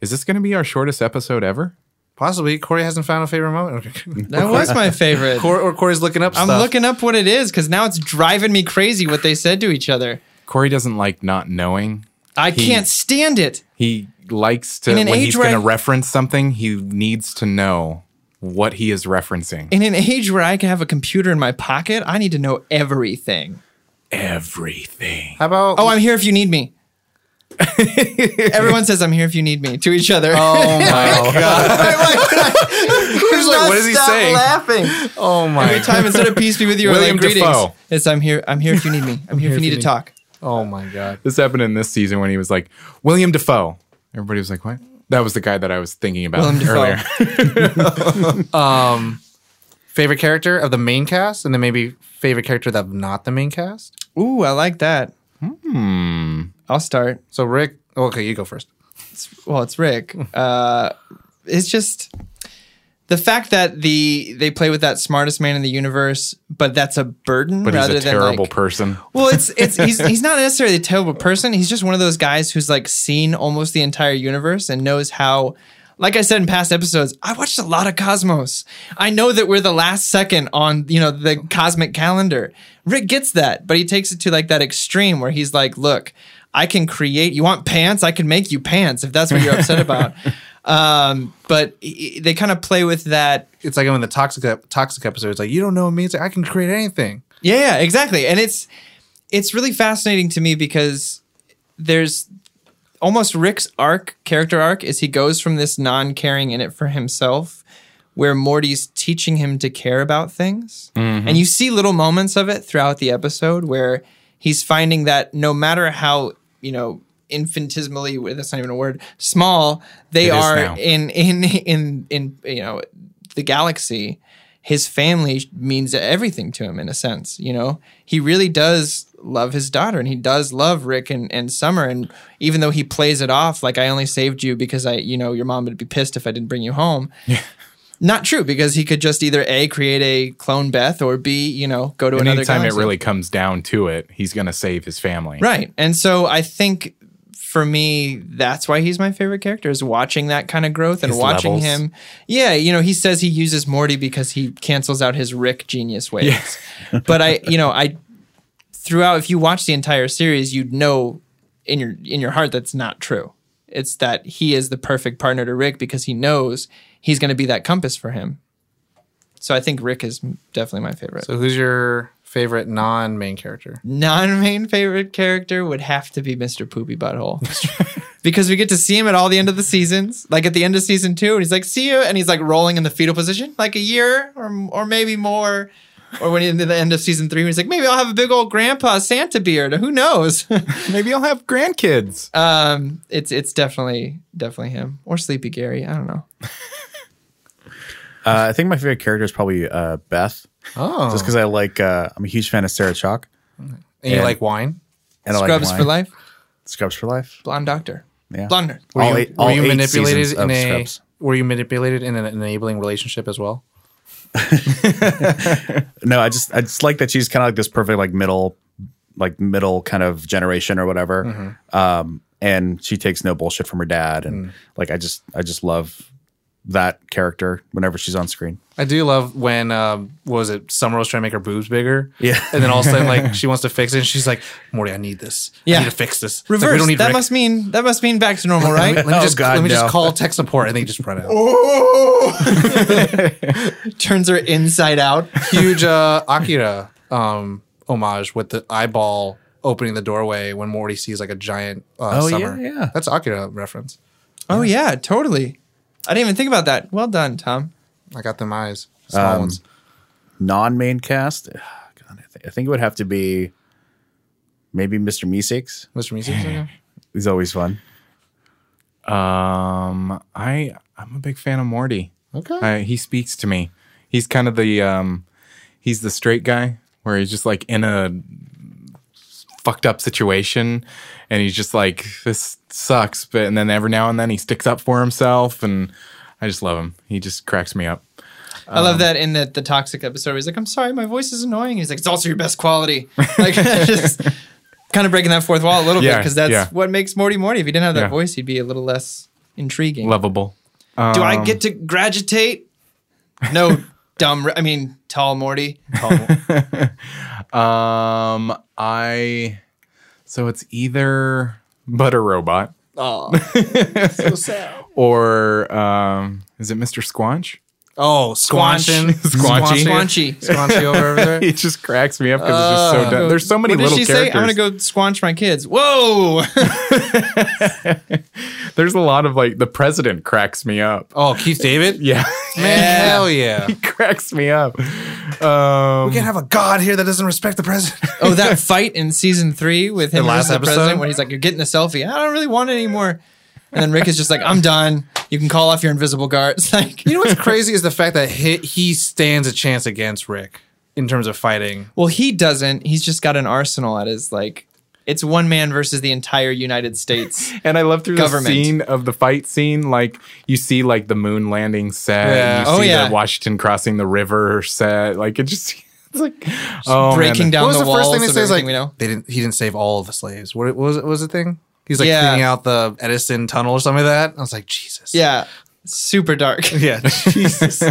Speaker 5: Is this going to be our shortest episode ever?
Speaker 2: Possibly Corey hasn't found a favorite moment,
Speaker 1: That was my favorite.
Speaker 2: Cor- or Corey's looking up.
Speaker 1: I'm
Speaker 2: stuff.
Speaker 1: looking up what it is because now it's driving me crazy what they said to each other.
Speaker 5: Corey doesn't like not knowing.
Speaker 1: I
Speaker 5: He-
Speaker 1: can't stand it.
Speaker 5: He likes to
Speaker 1: In an
Speaker 5: when
Speaker 1: age
Speaker 5: he's
Speaker 1: where
Speaker 5: going to
Speaker 1: I-
Speaker 5: reference something, he needs to know what he is referencing.
Speaker 1: In an age where I can have a computer in my pocket, I need to know everything.
Speaker 5: Everything.
Speaker 2: How about?
Speaker 1: Oh, I'm here if you need me. Everyone says I'm here if you need me to each other.
Speaker 2: oh my god!
Speaker 1: He's
Speaker 2: like, what is he saying?
Speaker 1: Laughing
Speaker 2: Oh my!
Speaker 1: every time instead of peace be with you or
Speaker 5: William
Speaker 1: like greetings.
Speaker 5: Dafoe.
Speaker 1: It's I'm here. I'm here if you need me. I'm here if you need to talk.
Speaker 2: Oh my god!
Speaker 5: This happened in this season when he was like William Defoe. Everybody was like, "What?" That was the guy that I was thinking about
Speaker 1: Willem Dafoe.
Speaker 5: earlier.
Speaker 2: Favorite character of the main cast, and then maybe favorite character that's not the main cast.
Speaker 1: Ooh, I like that.
Speaker 2: Hmm.
Speaker 1: I'll start.
Speaker 2: So Rick. oh, Okay, you go first.
Speaker 1: well, it's Rick. Uh, it's just the fact that the they play with that smartest man in the universe, but that's a burden
Speaker 5: but
Speaker 1: rather
Speaker 5: he's a
Speaker 1: than
Speaker 5: terrible
Speaker 1: like,
Speaker 5: person.
Speaker 1: well, it's it's he's he's not necessarily a terrible person. He's just one of those guys who's like seen almost the entire universe and knows how. Like I said in past episodes, I watched a lot of Cosmos. I know that we're the last second on you know the cosmic calendar. Rick gets that, but he takes it to like that extreme where he's like, "Look, I can create. You want pants? I can make you pants if that's what you're upset about." Um, but he- he- they kind of play with that
Speaker 2: It's like in the toxic toxic episode. It's like you don't know what it means. I can create anything.
Speaker 1: Yeah, yeah, exactly. And it's it's really fascinating to me because there's almost Rick's arc, character arc, is he goes from this non-caring in it for himself, where Morty's teaching him to care about things.
Speaker 5: Mm-hmm.
Speaker 1: And you see little moments of it throughout the episode where he's finding that no matter how, you know, infinitesimally that's not even a word, small they
Speaker 5: It is
Speaker 1: are
Speaker 5: now.
Speaker 1: in in in in you know the galaxy his family means everything to him in a sense you know he really does love his daughter and he does love rick and, and summer and even though he plays it off like i only saved you because i you know your mom would be pissed if i didn't bring you home not true because he could just either a create a clone beth or b you know go to
Speaker 5: And
Speaker 1: another
Speaker 5: anytime it
Speaker 1: galaxy.
Speaker 5: really comes down to it, he's going to save his family.
Speaker 1: Right. And so I think for me, that's why he's my favorite character is watching that kind of growth and
Speaker 5: His
Speaker 1: watching
Speaker 5: levels.
Speaker 1: him. Yeah. You know, he says he uses Morty because he cancels out his Rick genius ways. but I, you know, I, throughout, if you watch the entire series, you'd know in your, in your heart, that's not true. It's that he is the perfect partner to Rick because he knows he's going to be that compass for him. So I think Rick is definitely my favorite.
Speaker 2: So who's your favorite non main character?
Speaker 1: non-main favorite character would have to be Mr. Poopy Butthole. because we get to see him at all the end of the seasons, like at the end of season two, and he's like, see you, and he's like rolling in the fetal position, like a year or, or maybe more. Or when he at the end of season three, he's like, maybe I'll have a big old grandpa Santa beard. Who knows?
Speaker 5: Maybe I'll have grandkids.
Speaker 1: um, it's it's definitely definitely him or Sleepy Gary. I don't know.
Speaker 4: Uh, I think my favorite character is probably uh, Beth,
Speaker 2: Oh,
Speaker 4: just because I like. Uh, I'm a huge fan of Sarah Chalk,
Speaker 2: and you like wine?
Speaker 4: and I
Speaker 1: Scrubs
Speaker 4: like
Speaker 1: for
Speaker 4: wine.
Speaker 1: life.
Speaker 4: Scrubs for life.
Speaker 1: Blonde Doctor.
Speaker 4: Yeah.
Speaker 1: Blonde nerd.
Speaker 2: Were
Speaker 4: All
Speaker 2: you,
Speaker 4: eight-
Speaker 2: were
Speaker 4: all
Speaker 2: you
Speaker 4: eight
Speaker 2: manipulated
Speaker 4: seasons of
Speaker 2: in a?
Speaker 4: Scrubs.
Speaker 2: Were you manipulated in an enabling relationship as well?
Speaker 4: No, I just I just like that she's kind of like this perfect like middle, like middle kind of generation or whatever.
Speaker 2: Mm-hmm.
Speaker 4: Um, and she takes no bullshit from her dad,
Speaker 2: Mm.
Speaker 4: and like I just I just love that character whenever she's on screen.
Speaker 2: I do love when um, what was it Summer was trying to make her boobs bigger,
Speaker 4: Yeah.
Speaker 2: and then all of a sudden like she wants to fix it, and she's like, "Morty, I need this.
Speaker 1: Yeah.
Speaker 2: I need to fix this. It's like,
Speaker 1: Reverse. that
Speaker 2: Rick.
Speaker 1: must mean that must mean back to normal, right?
Speaker 2: Let me
Speaker 4: Oh,
Speaker 2: just
Speaker 4: God,
Speaker 2: let me
Speaker 4: no. Oh.
Speaker 2: just call tech support, and they just run out.
Speaker 1: Turns her inside out.
Speaker 2: huge uh, Akira um, homage with the eyeball opening the doorway when Morty sees like a giant uh,
Speaker 4: Oh, yeah,
Speaker 2: summer.
Speaker 4: yeah.
Speaker 2: That's Akira reference.
Speaker 1: Oh yeah, totally. I didn't even think about that. Well done, Tom.
Speaker 2: I got them eyes,
Speaker 4: Um,
Speaker 2: small ones.
Speaker 4: Non-main cast, God, I, think, I think it would have to be maybe Mr. Meeseeks.
Speaker 2: Mr. Meeseeks. okay.
Speaker 4: He's always fun.
Speaker 5: Um, I I'm a big fan of Morty.
Speaker 2: Okay.
Speaker 5: I, he speaks to me. He's kind of the um, he's the straight guy where he's just like in a fucked up situation, and he's just like this sucks. But and then every now and then he sticks up for himself, and I just love him. He just cracks me up.
Speaker 1: I
Speaker 5: Um,
Speaker 1: love that in the, the toxic episode. where He's like, "I'm sorry, my voice is annoying." He's like, "It's also your best quality." Like, just kind of breaking that fourth wall a little bit
Speaker 5: Yeah,
Speaker 1: because that's
Speaker 5: yeah.
Speaker 1: what makes Morty Morty. If he didn't have that
Speaker 5: Yeah.
Speaker 1: voice, he'd be a little less intriguing.
Speaker 5: Lovable.
Speaker 1: Do
Speaker 5: Um,
Speaker 1: I get to graduate? No, dumb. I mean, tall Morty. Tall Morty.
Speaker 5: Um, I so it's either Butter Robot or um, is it Mr. Squanch?
Speaker 2: Oh,
Speaker 1: Squanch.
Speaker 2: squanchin,
Speaker 5: Squanchy.
Speaker 1: Squanchy.
Speaker 2: squanchy over there.
Speaker 5: it just cracks me up because it's just so dumb. There's so many
Speaker 1: Ah. what
Speaker 5: little
Speaker 1: did she
Speaker 5: characters.
Speaker 1: say? I'm gonna go squanch my kids. Whoa!
Speaker 5: There's a lot of like the president cracks me up.
Speaker 2: Oh, Keith David.
Speaker 5: Yeah,
Speaker 2: Man, hell yeah.
Speaker 5: he cracks me up. Um,
Speaker 2: We can't have a god here that doesn't respect the president.
Speaker 1: oh, that fight in season three with him
Speaker 2: The last
Speaker 1: versus the
Speaker 2: episode?
Speaker 1: president when he's like, "You're getting a selfie. I don't really want it anymore." And then Rick is just like, "I'm done. You can call off your invisible guard." It's like,
Speaker 2: you know what's crazy is the fact that he, he stands a chance against Rick in terms of fighting.
Speaker 1: well, he doesn't. He's just got an arsenal at his like. It's one man versus the entire United States.
Speaker 5: and I love through
Speaker 1: Government.
Speaker 5: the scene of the fight scene, like you see like the moon landing set,
Speaker 2: Yeah.
Speaker 5: and you
Speaker 1: Oh,
Speaker 5: see
Speaker 1: yeah.
Speaker 5: the Washington crossing the river set, like it just it's like oh,
Speaker 1: breaking
Speaker 5: man.
Speaker 1: down
Speaker 2: what was
Speaker 1: the,
Speaker 2: the,
Speaker 1: walls
Speaker 2: first thing they
Speaker 1: of
Speaker 2: say? Is
Speaker 1: everything we
Speaker 2: like
Speaker 1: know.
Speaker 2: they didn't. He didn't save all of the slaves. What, what was it? What was the thing? He's like
Speaker 1: Yeah.
Speaker 2: cleaning out the Edison tunnel or something like that. I was like, Jesus.
Speaker 1: Yeah, super dark.
Speaker 2: Yeah. Jesus.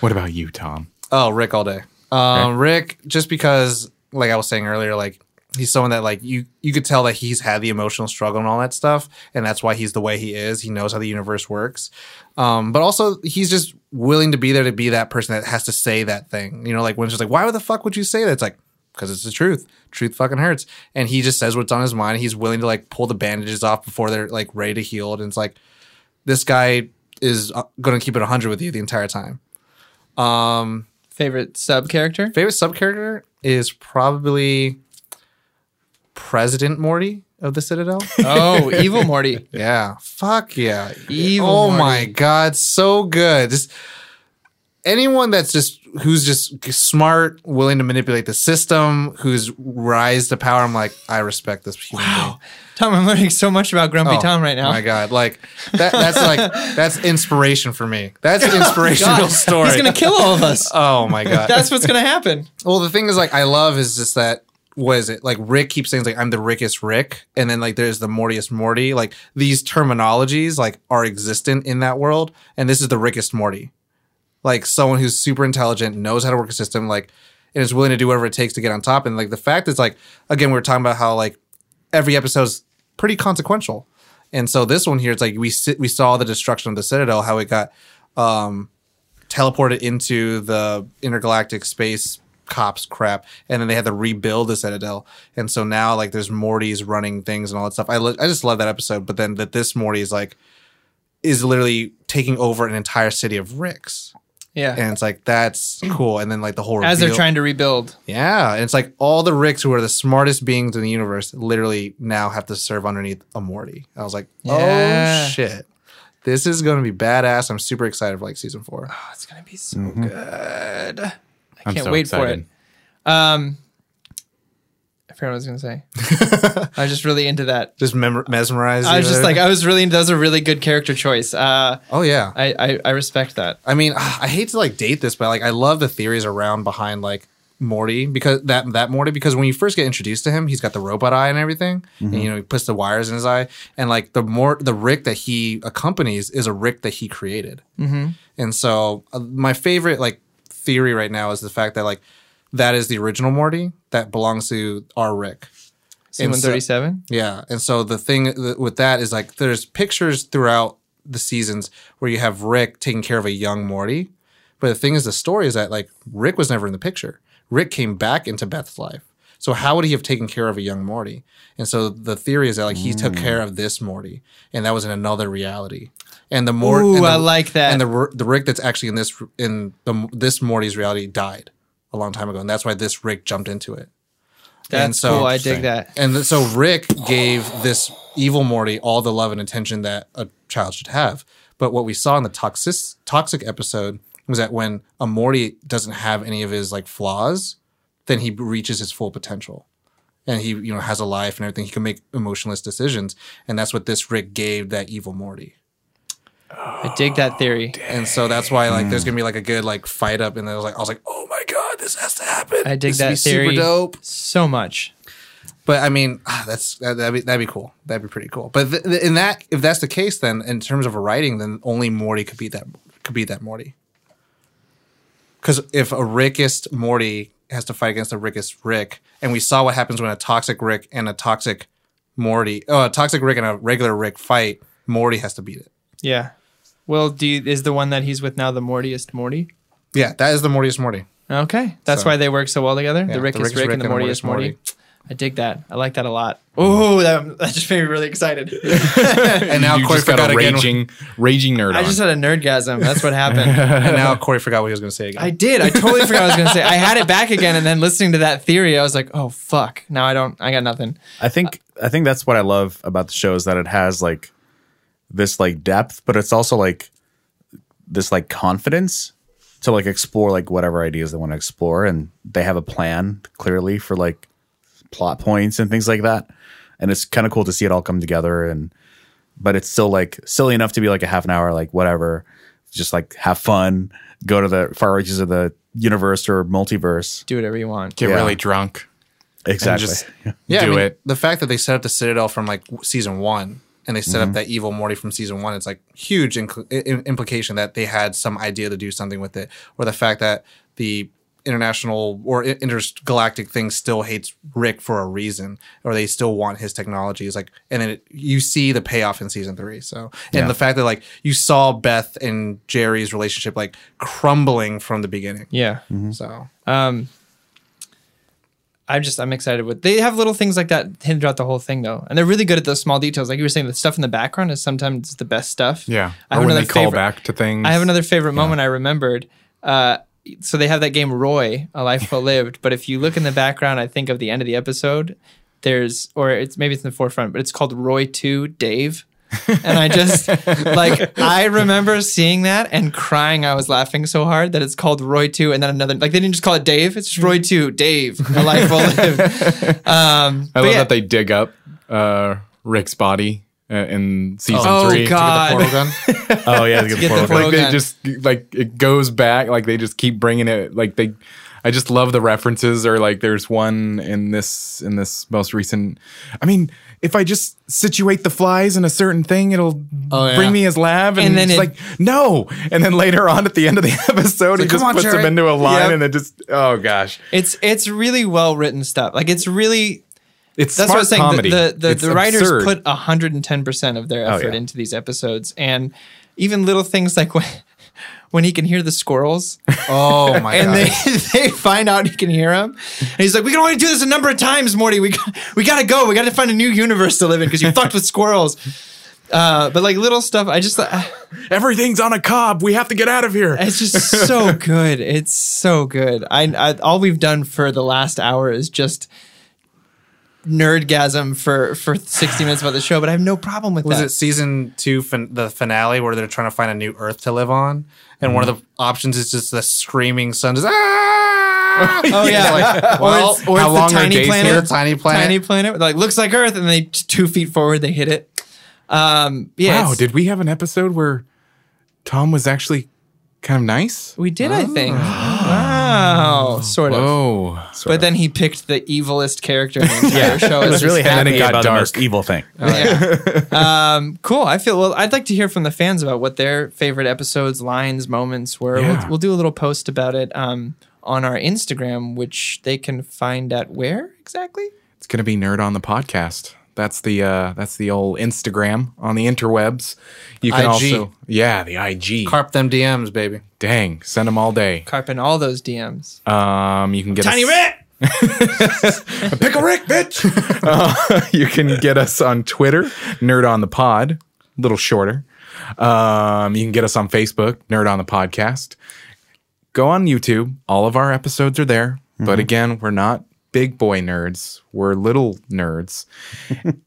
Speaker 5: What about you, Tom?
Speaker 2: oh, Rick all day. Um, Rick, just because, like I was saying earlier, like he's someone that like you you could tell that he's had the emotional struggle and all that stuff, and that's why he's the way he is. He knows how the universe works. Um, but also he's just willing to be there to be that person that has to say that thing. You know, like when she's like, "Why the fuck would you say that?" It's like because it's the truth. Truth fucking hurts. And he just says what's on his mind. He's willing to like pull the bandages off before they're like ready to heal. And it's like this guy is uh, going to keep it 100 with you the entire time.
Speaker 1: Favorite sub character?
Speaker 2: Favorite sub character is probably President Morty of the Citadel.
Speaker 1: Oh, evil Morty.
Speaker 2: yeah, fuck yeah.
Speaker 1: Evil
Speaker 2: oh
Speaker 1: Morty.
Speaker 2: my god, so good. Just anyone that's just who's just smart, willing to manipulate the system, who's rise to power. I'm like, I respect this human being.
Speaker 1: Tom, I'm learning so much about Grumpy
Speaker 2: Oh,
Speaker 1: Tom right now.
Speaker 2: My God, like that, that's like that's inspiration for me. That's an inspirational
Speaker 1: God,
Speaker 2: story.
Speaker 1: He's gonna kill all of us.
Speaker 2: oh my God,
Speaker 1: That's what's gonna happen.
Speaker 2: Well, the thing is, like, I love is just that. What is it? Like Rick keeps saying, like, I'm the Rickest Rick, and then like there's the Mortiest Morty. Like these terminologies like are existent in that world, and this is the Rickest Morty, like someone who's super intelligent, knows how to work a system, like, and is willing to do whatever it takes to get on top. And like the fact is, like, again, we were talking about how like every episode is pretty consequential, and so this one here, it's like we sit, we saw the destruction of the Citadel, how it got teleported into the intergalactic space cops crap and then they had to rebuild the citadel and so now like there's morty's running things and all that stuff i, li- I just love that episode but then that this morty is like is literally taking over an entire city of ricks
Speaker 1: Yeah.
Speaker 2: and it's like that's cool and then like the whole
Speaker 1: As they're
Speaker 2: reveal-
Speaker 1: trying to rebuild.
Speaker 2: yeah and it's like all the ricks who are the smartest beings in the universe literally now have to serve underneath a morty i was like
Speaker 1: Yeah.
Speaker 2: oh shit this is gonna be badass i'm super excited for like season four
Speaker 1: Oh, it's gonna be so
Speaker 2: Mm-hmm.
Speaker 1: good. I
Speaker 5: I'm
Speaker 1: can't
Speaker 5: so
Speaker 1: wait
Speaker 5: excited.
Speaker 1: for it. Um, I forgot what I was gonna say. I was just really into that.
Speaker 2: Just mem- mesmerized.
Speaker 1: I was
Speaker 2: you
Speaker 1: just
Speaker 2: there?
Speaker 1: like, I was really. That was a really good character choice. Uh,
Speaker 2: oh yeah.
Speaker 1: I, I I respect that.
Speaker 2: I mean, ah, I hate to like date this, but like I love the theories around behind like Morty because that that Morty because when you first get introduced to him, he's got the robot eye and everything,
Speaker 1: Mm-hmm.
Speaker 2: and you know he puts the wires in his eye, and like the more the Rick that he accompanies is a Rick that he created, mm-hmm. and so uh, my favorite like theory right now is the fact that like that is the original Morty that belongs to our Rick,
Speaker 1: C one thirty seven.
Speaker 2: yeah, and so the thing th- with that is like there's pictures throughout the seasons where you have Rick taking care of a young Morty, but the thing is, the story is that like Rick was never in the picture. Rick came back into Beth's life. So how would he have taken care of a young Morty? And so the theory is that like he took care of this Morty, and that was in another reality. And the more
Speaker 1: Ooh,
Speaker 2: and the-
Speaker 1: I like that.
Speaker 2: And the R- the Rick that's actually in this in the this Morty's reality died a long time ago, and that's why this Rick jumped into it.
Speaker 1: That's
Speaker 2: so-
Speaker 1: cool. I dig that.
Speaker 2: And th- so Rick gave this evil Morty all the love and attention that a child should have. But what we saw in the toxic toxic episode was that when a Morty doesn't have any of his like flaws, then he reaches his full potential. And he, you know, has a life and everything. He can make emotionless decisions. And that's what this Rick gave that evil Morty.
Speaker 1: I dig that theory.
Speaker 2: And so that's why like there's gonna be like a good like fight up and then I was like I was like, Oh my god, this has to happen.
Speaker 1: I dig
Speaker 2: This would
Speaker 1: that
Speaker 2: be
Speaker 1: theory.
Speaker 2: super dope.
Speaker 1: So much.
Speaker 2: But I mean, ah, that's that, that'd be that'd be cool. That'd be pretty cool. But th- th- in that, if that's the case, then in terms of a writing, then only Morty could be that could be that Morty. Because if a Rickest Morty has to fight against a Rickest Rick, and we saw what happens when a toxic Rick and a toxic Morty, oh, a toxic Rick and a regular Rick fight, Morty has to beat it.
Speaker 1: Yeah. Well, do you, is the one that he's with now the Mortiest Morty?
Speaker 2: Yeah, that is the Mortiest Morty.
Speaker 1: Okay, that's
Speaker 2: So-
Speaker 1: why they work so well together.
Speaker 2: Yeah,
Speaker 1: the Rick
Speaker 2: the
Speaker 1: is
Speaker 2: Rick is
Speaker 1: Rick,
Speaker 2: Rick
Speaker 1: and the
Speaker 2: and the
Speaker 1: Morty
Speaker 2: Morty
Speaker 1: is
Speaker 2: is
Speaker 1: Morty.
Speaker 2: Morty.
Speaker 1: I dig that. I like that a lot. Ooh, that, that just made me really excited.
Speaker 2: And now
Speaker 5: you
Speaker 2: Corey
Speaker 5: just got
Speaker 2: forgot
Speaker 5: a
Speaker 2: again.
Speaker 5: raging, raging nerd.
Speaker 1: I
Speaker 5: on.
Speaker 1: just had a nerdgasm. That's what happened.
Speaker 2: And now Corey forgot what he was going to say again.
Speaker 1: I did. I totally forgot what I was going to say. I had it back again, and then listening to that theory, I was like, oh fuck. Now I don't. I got nothing.
Speaker 4: I think I think that's what I love about the show is that it has like this like depth, but it's also like this like confidence to like explore like whatever ideas they want to explore, and they have a plan clearly for like plot points and things like that. And it's kind of cool to see it all come together, and but it's still like silly enough to be like a half an hour, like whatever, just like have fun, go to the far reaches of the universe or multiverse.
Speaker 1: Do whatever you want.
Speaker 5: get
Speaker 4: yeah.
Speaker 5: really drunk.
Speaker 4: Exactly.
Speaker 5: just-
Speaker 2: yeah,
Speaker 5: do
Speaker 2: I mean,
Speaker 5: it.
Speaker 2: The fact that they set up the Citadel from like w- season one and they set up that evil Morty from season one, it's like huge inc- i- i- implication that they had some idea to do something with it, or the fact that the international or i- intergalactic thing still hates Rick for a reason, or they still want his technology. Is like, and then it, you see the payoff in season three. So, and the fact that like you saw Beth and Jerry's relationship like crumbling from the beginning.
Speaker 1: Yeah.
Speaker 2: So
Speaker 1: Um, I'm just I'm excited with. They have little things like that hidden throughout the whole thing though, and they're really good at those small details. Like you were saying, the stuff in the background is sometimes the best stuff.
Speaker 5: Yeah.
Speaker 1: I
Speaker 5: or
Speaker 1: have
Speaker 5: when
Speaker 1: another
Speaker 5: they call
Speaker 1: favorite.
Speaker 5: back to things.
Speaker 1: I have another favorite moment I remembered. Uh, so they have that game Roy, A Life Well Lived. But if you look in the background, I think of the end of the episode. There's, or it's maybe it's in the forefront, but it's called Roy Two Dave. and I just like I remember seeing that and crying. I was laughing so hard that it's called Roy Two, and then another like they didn't just call it Dave. It's just Roy Two Dave, a life well lived. Um,
Speaker 5: I love
Speaker 1: yeah.
Speaker 5: that they dig up uh, Rick's body uh, in season
Speaker 1: Oh,
Speaker 5: three.
Speaker 1: God.
Speaker 2: portal gun.
Speaker 4: oh yeah, get the
Speaker 1: Get the
Speaker 4: portal gun.
Speaker 5: Like they
Speaker 1: Rogan.
Speaker 5: just like it goes back. Like they just keep bringing it. Like they, I just love the references. Or like there's one in this in this most recent. I mean, if I just situate the flies in a certain thing, it'll
Speaker 2: Oh, yeah.
Speaker 5: bring me his lab. And,
Speaker 1: And then
Speaker 5: then it's
Speaker 1: it-
Speaker 5: like no. And then later on at the end of the episode, he
Speaker 2: like,
Speaker 5: just
Speaker 2: "Come on,
Speaker 5: puts
Speaker 2: Jared."
Speaker 5: him into a line,
Speaker 2: Yep.
Speaker 5: and it just oh gosh,
Speaker 1: It's it's really well written stuff. Like it's really
Speaker 5: it's
Speaker 1: that's
Speaker 5: smart
Speaker 1: what I was saying. The-
Speaker 5: comedy.
Speaker 1: The the,
Speaker 5: It's
Speaker 1: the writers
Speaker 5: absurd. Oh,
Speaker 1: put hundred and ten percent of their effort
Speaker 4: yeah.
Speaker 1: into these episodes, and even little things like when when he can hear the squirrels,
Speaker 2: Oh my
Speaker 1: and
Speaker 2: god.
Speaker 1: they they find out he can hear them, and he's like, "We can only do this a number of times, Morty. We got, we gotta go. We gotta find a new universe to live in because you fucked with squirrels." Uh, but like little stuff, I just uh,
Speaker 5: everything's on a cob. We have to get out of here.
Speaker 1: it's just so good. It's so good. I, I all we've done for the last hour is just nerdgasm for for 60 minutes about the show, but I have no problem with
Speaker 2: was
Speaker 1: that.
Speaker 2: it season two fin- the finale where they're trying to
Speaker 1: Mm-hmm.
Speaker 2: find a new earth to live on and one of the options is just the screaming sun just ah!
Speaker 1: Oh yeah.
Speaker 5: well,
Speaker 1: or
Speaker 5: how
Speaker 1: it's
Speaker 5: long
Speaker 1: the
Speaker 5: are
Speaker 1: tiny
Speaker 5: days
Speaker 1: planet,
Speaker 5: here?
Speaker 2: Tiny planet.
Speaker 1: tiny planet, like looks like Earth, and they t- two feet forward, they hit it. Um, yeah,
Speaker 5: Wow,
Speaker 1: it's-
Speaker 5: did we have an episode where Tom was actually kind of nice?
Speaker 1: we did? I think. wow, sort of.
Speaker 5: Oh,
Speaker 1: But then he picked the evilest character in the entire show.
Speaker 4: I was
Speaker 1: It's
Speaker 4: really
Speaker 1: just-
Speaker 4: happy
Speaker 5: it got
Speaker 4: about the
Speaker 5: dark.
Speaker 4: most evil thing.
Speaker 1: Yeah. um, cool. I feel well. I'd like to hear from the fans about what their favorite episodes, lines, moments were.
Speaker 5: Yeah.
Speaker 1: We'll, we'll do a little post about it um, on our Instagram, which they can find at where exactly?
Speaker 5: it's gonna be nerd on the podcast. That's the uh, that's the old Instagram on the interwebs. You can
Speaker 2: IG.
Speaker 5: also yeah the IG.
Speaker 2: Carp them DMs, baby.
Speaker 5: Dang, send them all day.
Speaker 1: Carping all those DMs.
Speaker 5: Um, you can get
Speaker 1: Tiny
Speaker 5: us-
Speaker 1: Rick.
Speaker 5: Pickle Rick, bitch. you can get us on Twitter, Nerd on the Pod, a little shorter. Um, you can get us on Facebook, Nerd on the Podcast. Go on YouTube. All of our episodes are there. But again, we're not big boy nerds. We're little nerds.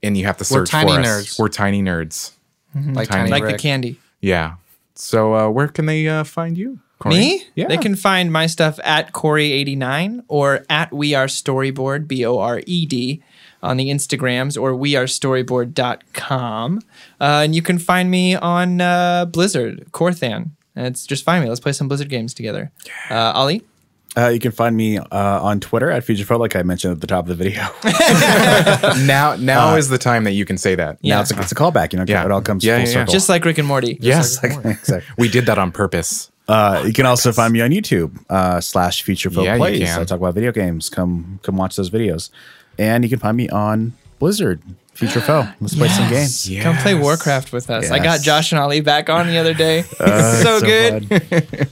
Speaker 5: and you have to search
Speaker 2: tiny
Speaker 5: for us.
Speaker 2: nerds.
Speaker 5: We're tiny nerds.
Speaker 2: Like
Speaker 5: Tiny
Speaker 2: tiny,
Speaker 1: like
Speaker 2: Rick.
Speaker 1: the candy.
Speaker 5: Yeah. So uh, where can they uh, find you? Corey?
Speaker 1: Me?
Speaker 5: Yeah.
Speaker 1: They can find my stuff at Corey89 or at We Are Storyboard, B O R E D, on the Instagrams or wearestoryboard.com. Uh, and you can find me on uh, Blizzard, Corthan. And It's just find me. Let's play some Blizzard games together. Uh, Ollie?
Speaker 4: Uh, you can find me uh, on Twitter at Fujifro, like I mentioned at the top of the video.
Speaker 5: now now is the time that you can say that.
Speaker 1: Yeah.
Speaker 4: Now it's a, it's a callback, you know,
Speaker 5: Yeah.
Speaker 4: it all comes
Speaker 5: Yeah,
Speaker 4: full
Speaker 5: yeah, yeah.
Speaker 4: circle.
Speaker 1: Just like Rick and Morty.
Speaker 5: Yes.
Speaker 4: exactly.
Speaker 5: we did that on purpose.
Speaker 4: Uh, you can also find me on YouTube uh, slash Future Folk
Speaker 5: Yeah, you
Speaker 4: Plays.
Speaker 5: can.
Speaker 4: I talk about video games. Come come watch those videos, and you can find me on Blizzard Future Foe. Let's play some games.
Speaker 1: Come play
Speaker 5: Yes.
Speaker 1: Warcraft with us. I got
Speaker 4: Yes.
Speaker 1: Josh and Ollie back on the other day.
Speaker 4: Uh,
Speaker 1: so,
Speaker 4: it's
Speaker 1: good.
Speaker 4: fun.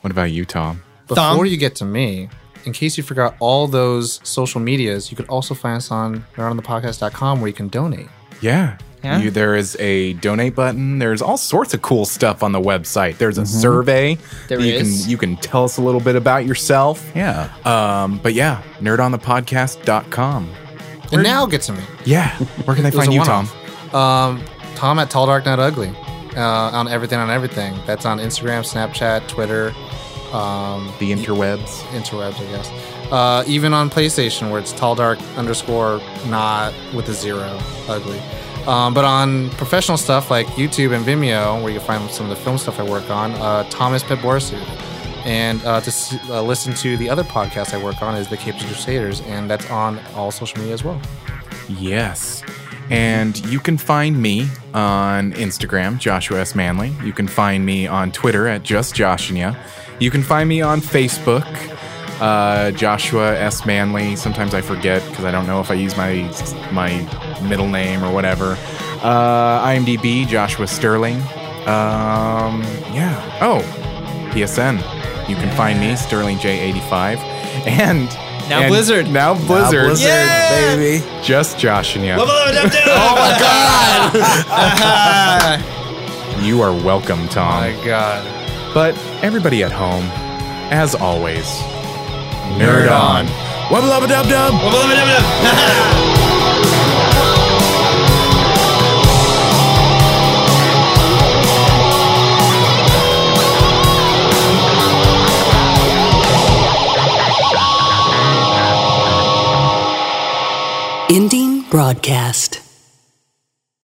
Speaker 5: What about you, Tom?
Speaker 2: Before
Speaker 1: Thumb.
Speaker 2: you get to me, in case you forgot all those social medias, you could also find us on nerdonthepodcast.com where you can donate.
Speaker 5: Yeah.
Speaker 1: Yeah.
Speaker 5: You, there is a donate button. There's all sorts of cool stuff on the website. There's a survey.
Speaker 1: Mm-hmm. There
Speaker 5: that you
Speaker 1: is.
Speaker 5: can you can tell us a little bit about yourself.
Speaker 4: Yeah. Uh,
Speaker 5: Um, but yeah, nerdonthepodcast.com.
Speaker 2: And now get to me.
Speaker 5: Yeah. Where can they
Speaker 2: It was
Speaker 5: find
Speaker 2: a
Speaker 5: you, Tom?
Speaker 2: one-off. Um, Tom at Tall Dark Not Ugly uh, on everything on everything. That's on Instagram, Snapchat, Twitter, um,
Speaker 5: The interwebs.
Speaker 2: interwebs, I guess. Uh, even on PlayStation, where it's tall dark underscore not with a zero, ugly. Um, but on professional stuff like YouTube and Vimeo, where you can find some of the film stuff I work on, uh, Thomas Pedborsu. And uh, to s- uh, listen to the other podcast I work on is The Capes and Crusaders, and that's on all social media as well.
Speaker 5: Yes. And you can find me on Instagram, Joshua S. Manley. You can find me on Twitter at just Josh and Ya. You can find me on Facebook, uh, Joshua S. Manley. Sometimes I forget because I don't know if I use my my middle name or whatever. Uh, IMDb, Joshua Sterling. Um, yeah. Oh, PSN. You can find me, Sterling J85. And
Speaker 1: Now
Speaker 5: and
Speaker 1: Blizzard.
Speaker 5: Now Blizzard.
Speaker 4: Blizzard,
Speaker 1: Yeah.
Speaker 4: baby.
Speaker 5: Just Josh and you. Oh
Speaker 1: Ah.
Speaker 5: You are welcome, Tom.
Speaker 2: God.
Speaker 5: But everybody at home, as always, nerd on. Wubba lubba dub dub.
Speaker 3: Ending broadcast.